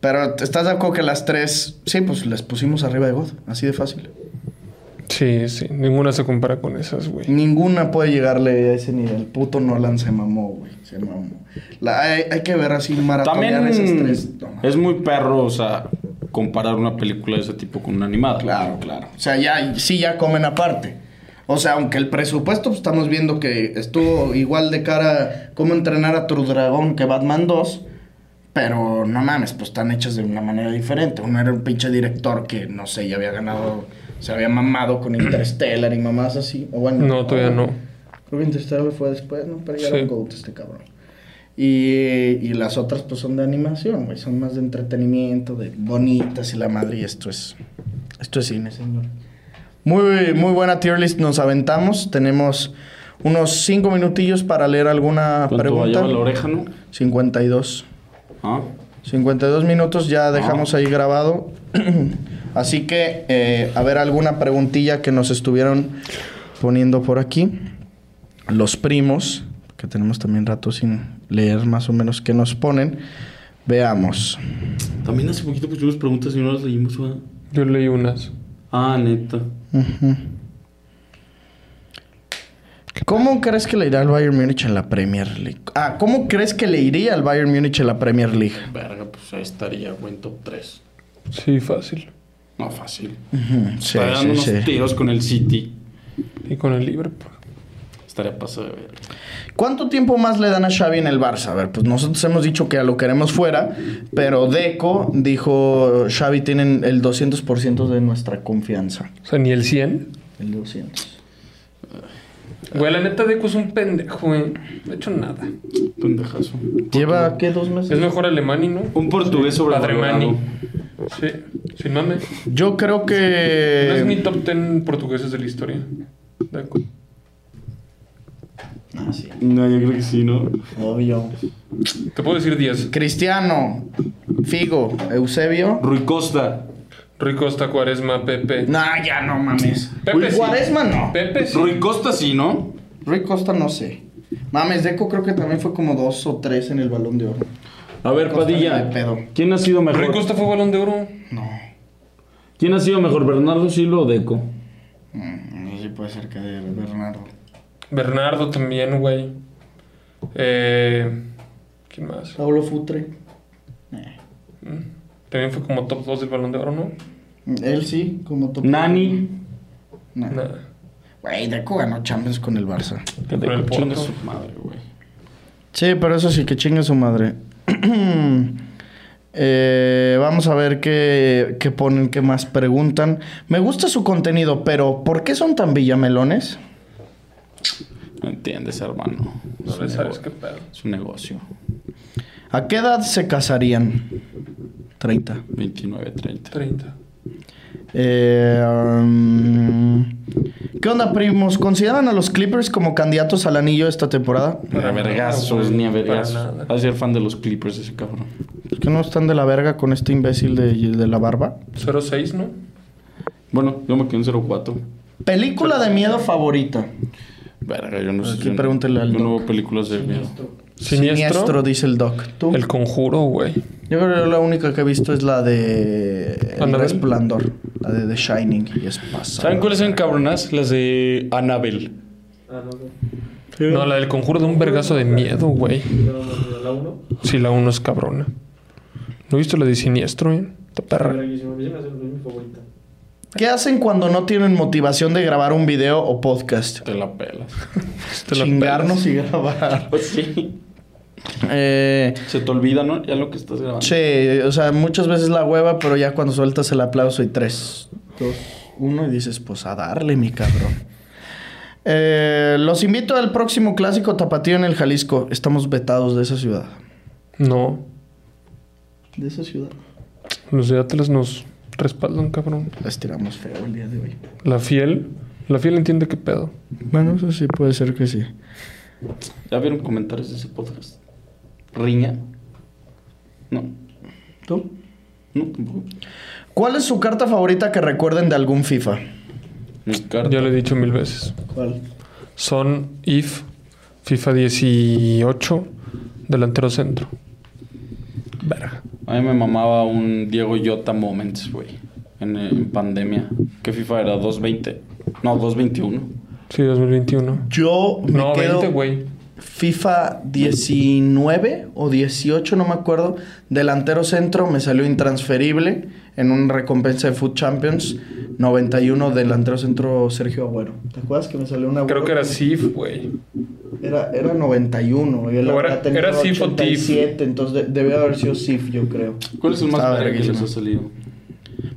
Pero ¿estás de acuerdo que las tres? Sí, pues las pusimos arriba de God, así de fácil. Sí, sí. Ninguna se compara con esas, güey. Ninguna puede llegarle a ese nivel. Puto Nolan se mamó, güey. Se mamó. La- hay, hay que ver así maratonear También esas tres. No, no. es muy perro, o sea, comparar una película de ese tipo con una animada. Claro, claro. O sea, ya, sí, ya comen aparte. O sea, aunque el presupuesto, pues, estamos viendo que estuvo igual de cara cómo entrenar a tu dragón que Batman 2. Pero no mames, pues están hechas de una manera diferente. Uno era un pinche director que, no sé, ya había ganado, se había mamado con Interstellar y mamás así. O bueno, No, todavía no. Creo que Interstellar fue después, ¿no? Pero ya era Sí. un GOAT este cabrón. Y, y las otras, pues son de animación, güey. Son más de entretenimiento, de bonitas y la madre. Y esto es. Esto es cine, señor. Muy, muy buena tier list, nos aventamos. Tenemos unos 5 minutillos para leer alguna ¿Cuánto va a pregunta. llevar la oreja, no? 52. Ah. 52 minutos ya dejamos ahí grabado. (clears throat) Así que, eh, a ver, alguna preguntilla que nos estuvieron poniendo por aquí. Los primos, que tenemos también rato sin leer más o menos qué nos ponen. Veamos. También hace poquito pusimos preguntas y no las leímos, ¿verdad? Yo leí unas. Ah, neta. Ujú. ¿Cómo crees que le irá al Bayern Múnich en la Premier League? Ah, ¿cómo crees que le iría al Bayern Múnich en la Premier League? Verga, pues ahí estaría, güey, en top 3. Sí, fácil. No, fácil. Ujú, Sí, Estaría dando sí, unos sí. tiros con el City. Y con el pues. Liverpool. Estaría pasado de verga. ¿Cuánto tiempo más le dan a Xavi en el Barça? A ver, pues nosotros hemos dicho que lo queremos fuera, pero Deco dijo, Xavi tienen el 200% de nuestra confianza. O sea, ni el 100. El 200. Güey, la neta, Deco es un pendejo, güey. No ha hecho nada. Pendejazo. ¿Lleva qué, dos Es meses? mejor Alemani, ¿no? Un portugués Padre sobrevalorado. Mani. Sí, sin mames. Yo creo No es mi que... top 10 portugueses de la historia. Deco. Ah, No, yo creo que sí, ¿no? Obvio. Te puedo decir 10. Cristiano, Figo, Eusebio. Rui Costa. Rui Costa, Cuaresma, Pepe. Nah, ya no mames. Pepe sí. Cuaresma no. Pepe sí. Rui Costa sí, ¿no? Rui Costa no sé. Mames, Deco creo que también fue como dos o tres en el Balón de Oro. A ver, Costa Padilla. ni de pedo. ¿Quién ha sido mejor? Rui Costa fue balón de oro. No. ¿Quién ha sido mejor, Bernardo Silva o Deco? No sé, Mm, puede ser que de Bernardo. Bernardo también, güey. Eh, ¿Quién más? Pablo Futre. También fue como top 2 del balón de oro, ¿no? Él sí, como top. Nani. Nah. Nada. Güey, Deco ganó Champions con el Barça. Con el Porto. Chinga su madre, güey. Sí, pero eso sí, que chingue su madre. (clears throat) Eh, vamos a ver qué, qué ponen, qué más preguntan. Me gusta su contenido, pero ¿por qué son tan villamelones? No entiendes, hermano. No Es le un sabes nego- qué pedo. Es un negocio. ¿A qué edad se casarían? 30. 29, 30. 30. Eh, um, ¿Qué onda, primos? ¿Consideran a los Clippers como candidatos al anillo esta temporada? Para Para nada, vergazos, güey, ni a para vergazos. nada. Va a ser fan de los Clippers ese cabrón. ¿Por qué no están de la verga con este imbécil de, de la barba? 06, ¿no? Bueno, yo me quedé en 04. ¿Película de miedo favorita? Verga, yo no sé. Aquí yo no- pregúntale al Yo no doc. veo películas de miedo. Siniestro. dice el doc. ¿Tú? El conjuro, güey. Yo creo que la única que he visto es la de El Annabelle. Resplandor, la de The Shining y es pasada. ¿Saben cuáles son cabronas? Las de Annabelle. Ah, no, no. No, la del conjuro de un vergazo de miedo, güey. No, no, no, la 1. Sí, la 1 es cabrona. ¿No viste la de siniestro, eh? Está perra. Verguísima. A mí se me hace mi favorita. ¿Qué hacen cuando no tienen motivación de grabar un video o podcast? Te la pelas. (laughs) Pues Te la Chingarnos y grabar. Pues sí. Eh, Se te olvida, ¿no? Ya lo que estás grabando. Che, o sea, muchas veces la hueva, pero ya cuando sueltas el aplauso y tres, dos, uno y dices, pues a darle, mi cabrón. Eh, los invito al próximo clásico tapatío en el Jalisco. Estamos vetados de esa ciudad. No. De esa ciudad. Los de Atlas nos respaldan, cabrón. Las tiramos feo el día de hoy. La fiel. La fiel entiende qué pedo. Bueno, eso sí puede ser que sí. ¿Ya vieron comentarios de ese podcast? ¿Riña? No. ¿Tú? No, tampoco. ¿Cuál es su carta favorita que recuerden de algún FIFA? Mi carta. Ya lo he dicho mil veces. ¿Cuál? Son IF, FIFA 18, delantero centro. Verga. A mí me mamaba un Diego Yota Moments, güey. En, en pandemia. ¿Qué FIFA era? ¿220? No, 221. Sí, 2021. Yo me No, quedo 20, güey. FIFA 19 o 18, no me acuerdo. Delantero centro me salió intransferible en una recompensa de Food Champions 91 delantero centro Sergio Agüero. ¿Te acuerdas que me salió una Creo que era SIF, güey. era era 91, yo la O era- verdad tenía era Sif o Tif. 87, entonces de- debió haber sido Sif, yo creo. ¿Cuál es el más Estaba verga que les verguísima. ha salido?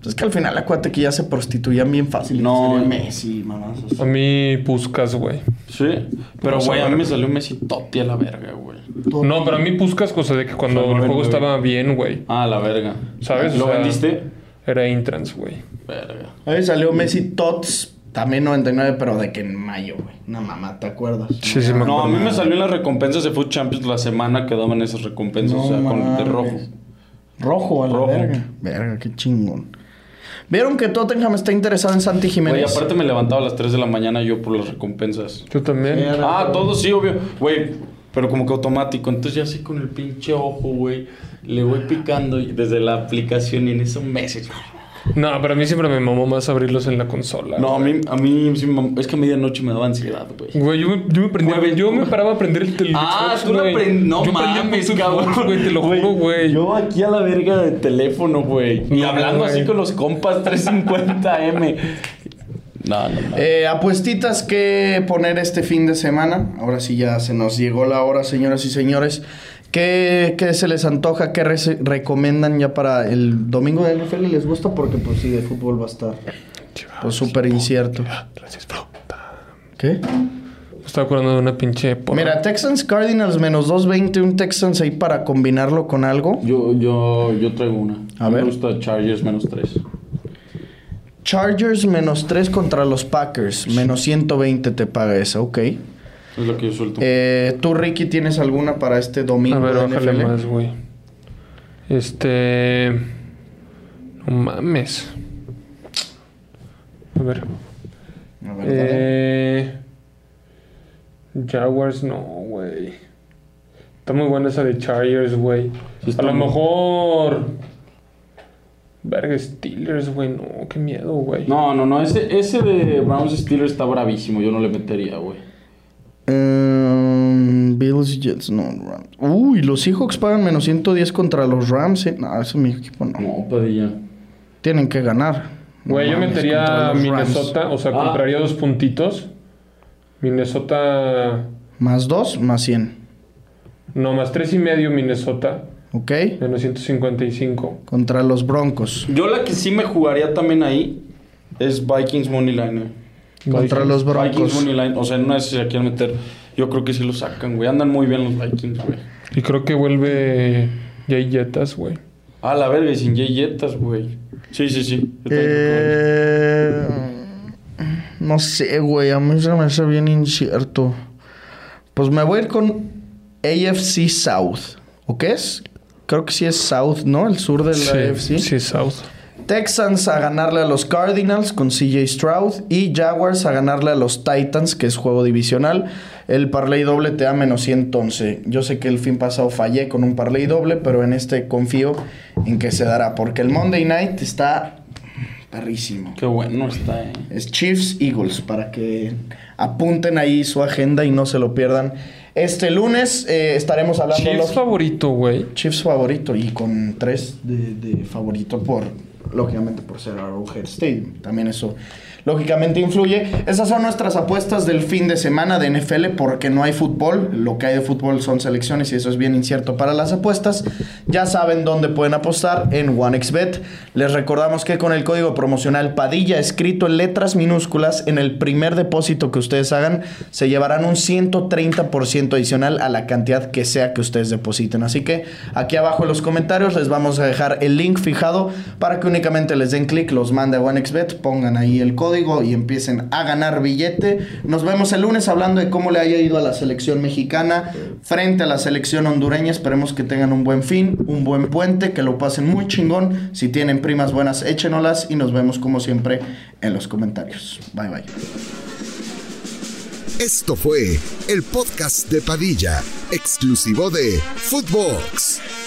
Pues es que al final acuérdate que ya se prostituían bien fácil. No. Salió Messi, mamás. A mí Puskas, güey. Sí. Pero, Vamos a güey, a mí ver. me salió un Messi Totti a la verga, güey. No, pero a mí Puskas, cosa de que cuando Fue el juego bueno, estaba bien, güey. Ah, la verga. ¿Sabes? O ¿Lo sea- vendiste? Era Intrans, güey. Verga. A mí salió Messi Tots también 99, pero de que en mayo, güey. Una mamá, ¿te acuerdas? Sí, sí, me No, acuerdo. a mí me salió en las recompensas de Food Champions la semana que daban esas recompensas, No o sea, con el de mames. rojo. Rojo a la Rojo. verga. Verga, qué Chingón. ¿Vieron que Tottenham está interesado en Santi Güey, Jiménez? aparte me levantaba a las 3 de la mañana yo por las recompensas. Tú también. Ah, todo sí, obvio. Güey, pero como que automático. Entonces ya así con el pinche ojo, güey. Le voy picando y- desde la aplicación y en esos meses. No, pero a mí siempre me mamó más abrirlos en la consola. No, a güey. mí, a mí sí me- es que a medianoche me daba ansiedad, güey. Güey, yo me, yo me prendí- Güey, yo me paraba a prender el teléfono. Ah, tú la prendes. No yo prendía mames, puto Xbox, cabrón. Güey, te lo juro, güey. Yo aquí a la verga de teléfono, güey. Y No, hablando güey. así con los compas 350M. No, no, no. Eh, apuestitas que poner este fin de semana. Ahora sí ya se nos llegó la hora, señoras y señores. ¿Qué, qué se les antoja? ¿Qué rece- recomiendan ya para el domingo de NFL? ¿Les gusta? Porque pues sí, de fútbol va a estar pues súper incierto. ¿Qué? Me estaba acordando de una pinche porra. Mira, Texans Cardinals menos 2.20, un Texans ahí para combinarlo con algo. Yo, yo, yo traigo una. A me ver. gusta Chargers menos 3. Chargers menos 3 contra los Packers, menos 120 te paga esa, ok. Es lo que yo suelto. Eh, ¿Tú, Ricky, tienes alguna para este domingo? A ver, de bájale NFL? más, güey. Este. No mames. A ver. A ver, dale. Eh. Jaguars, no, güey. Está muy buena esa de Chargers, güey. Sí, está A lo muy- mejor. Verga, Steelers, güey. No, qué miedo, güey. No, no, no. Ese, ese de Browns Steelers está bravísimo. Yo no le metería, güey. Um, Bills, Jets, no, Rams. Uy, los Seahawks pagan menos 110 contra los Rams. eh. No, eso mi equipo no. No, Padilla. Tienen que ganar. No Güey, yo mames, metería contra a los Rams. Minnesota, o sea, Ah. compraría dos puntitos. Minnesota, Más 2, más 100. no, más tres y medio Minnesota, ¿Ok? menos 155. Contra los Broncos. Yo la que sí me jugaría también ahí es Vikings Money Line. eh. Contra los Vikings Broncos. Money Line. O sea, no es si la quieren meter. Yo creo que sí lo sacan, güey. Andan muy bien los Vikings, güey. Y creo que vuelve Jay Jetas, güey. Ah, la verga, y sin Jay Yetas, güey. Sí, sí, sí. Yo también creo que- Eh, no sé, güey. A mí se me hace bien incierto. Pues me voy a ir con AFC South. ¿O qué es? Creo que sí es South, ¿no? El sur de la AFC. sí, sí, South. Texans a ganarle a los Cardinals con CJ Stroud y Jaguars a ganarle a los Titans, que es juego divisional. El parlay doble te da menos 111. Yo sé que el fin pasado fallé con un parlay doble, pero en este confío en que se dará, porque el Monday Night está perrísimo. Qué bueno está, eh. Es Chiefs Eagles para que apunten ahí su agenda y no se lo pierdan. Este lunes eh, estaremos hablando de Chiefs los favorito, güey. Chiefs favorito y con tres de, de favorito por, lógicamente, por ser Arrowhead Stadium. También eso, lógicamente, influye. Esas son nuestras apuestas del fin de semana de NFL porque no hay fútbol. Lo que hay de fútbol son selecciones y eso es bien incierto para las apuestas. Ya saben dónde pueden apostar en OneXBet. Les recordamos que con el código promocional Padilla escrito en letras minúsculas en el primer depósito que ustedes hagan se llevarán un 130% adicional a la cantidad que sea que ustedes depositen. Así que aquí abajo en los comentarios les vamos a dejar el link fijado para que únicamente les den clic, los mande a OneXBet, pongan ahí el código y empiecen a ganar billete. Nos vemos el lunes hablando de cómo le haya ido a la selección mexicana frente a la selección hondureña. Esperemos que tengan un buen fin, un buen puente, que lo pasen muy chingón. Si tienen primas buenas, échenolas y nos vemos como siempre en los comentarios. Bye bye. Esto fue el podcast de Padilla, exclusivo de Footbox.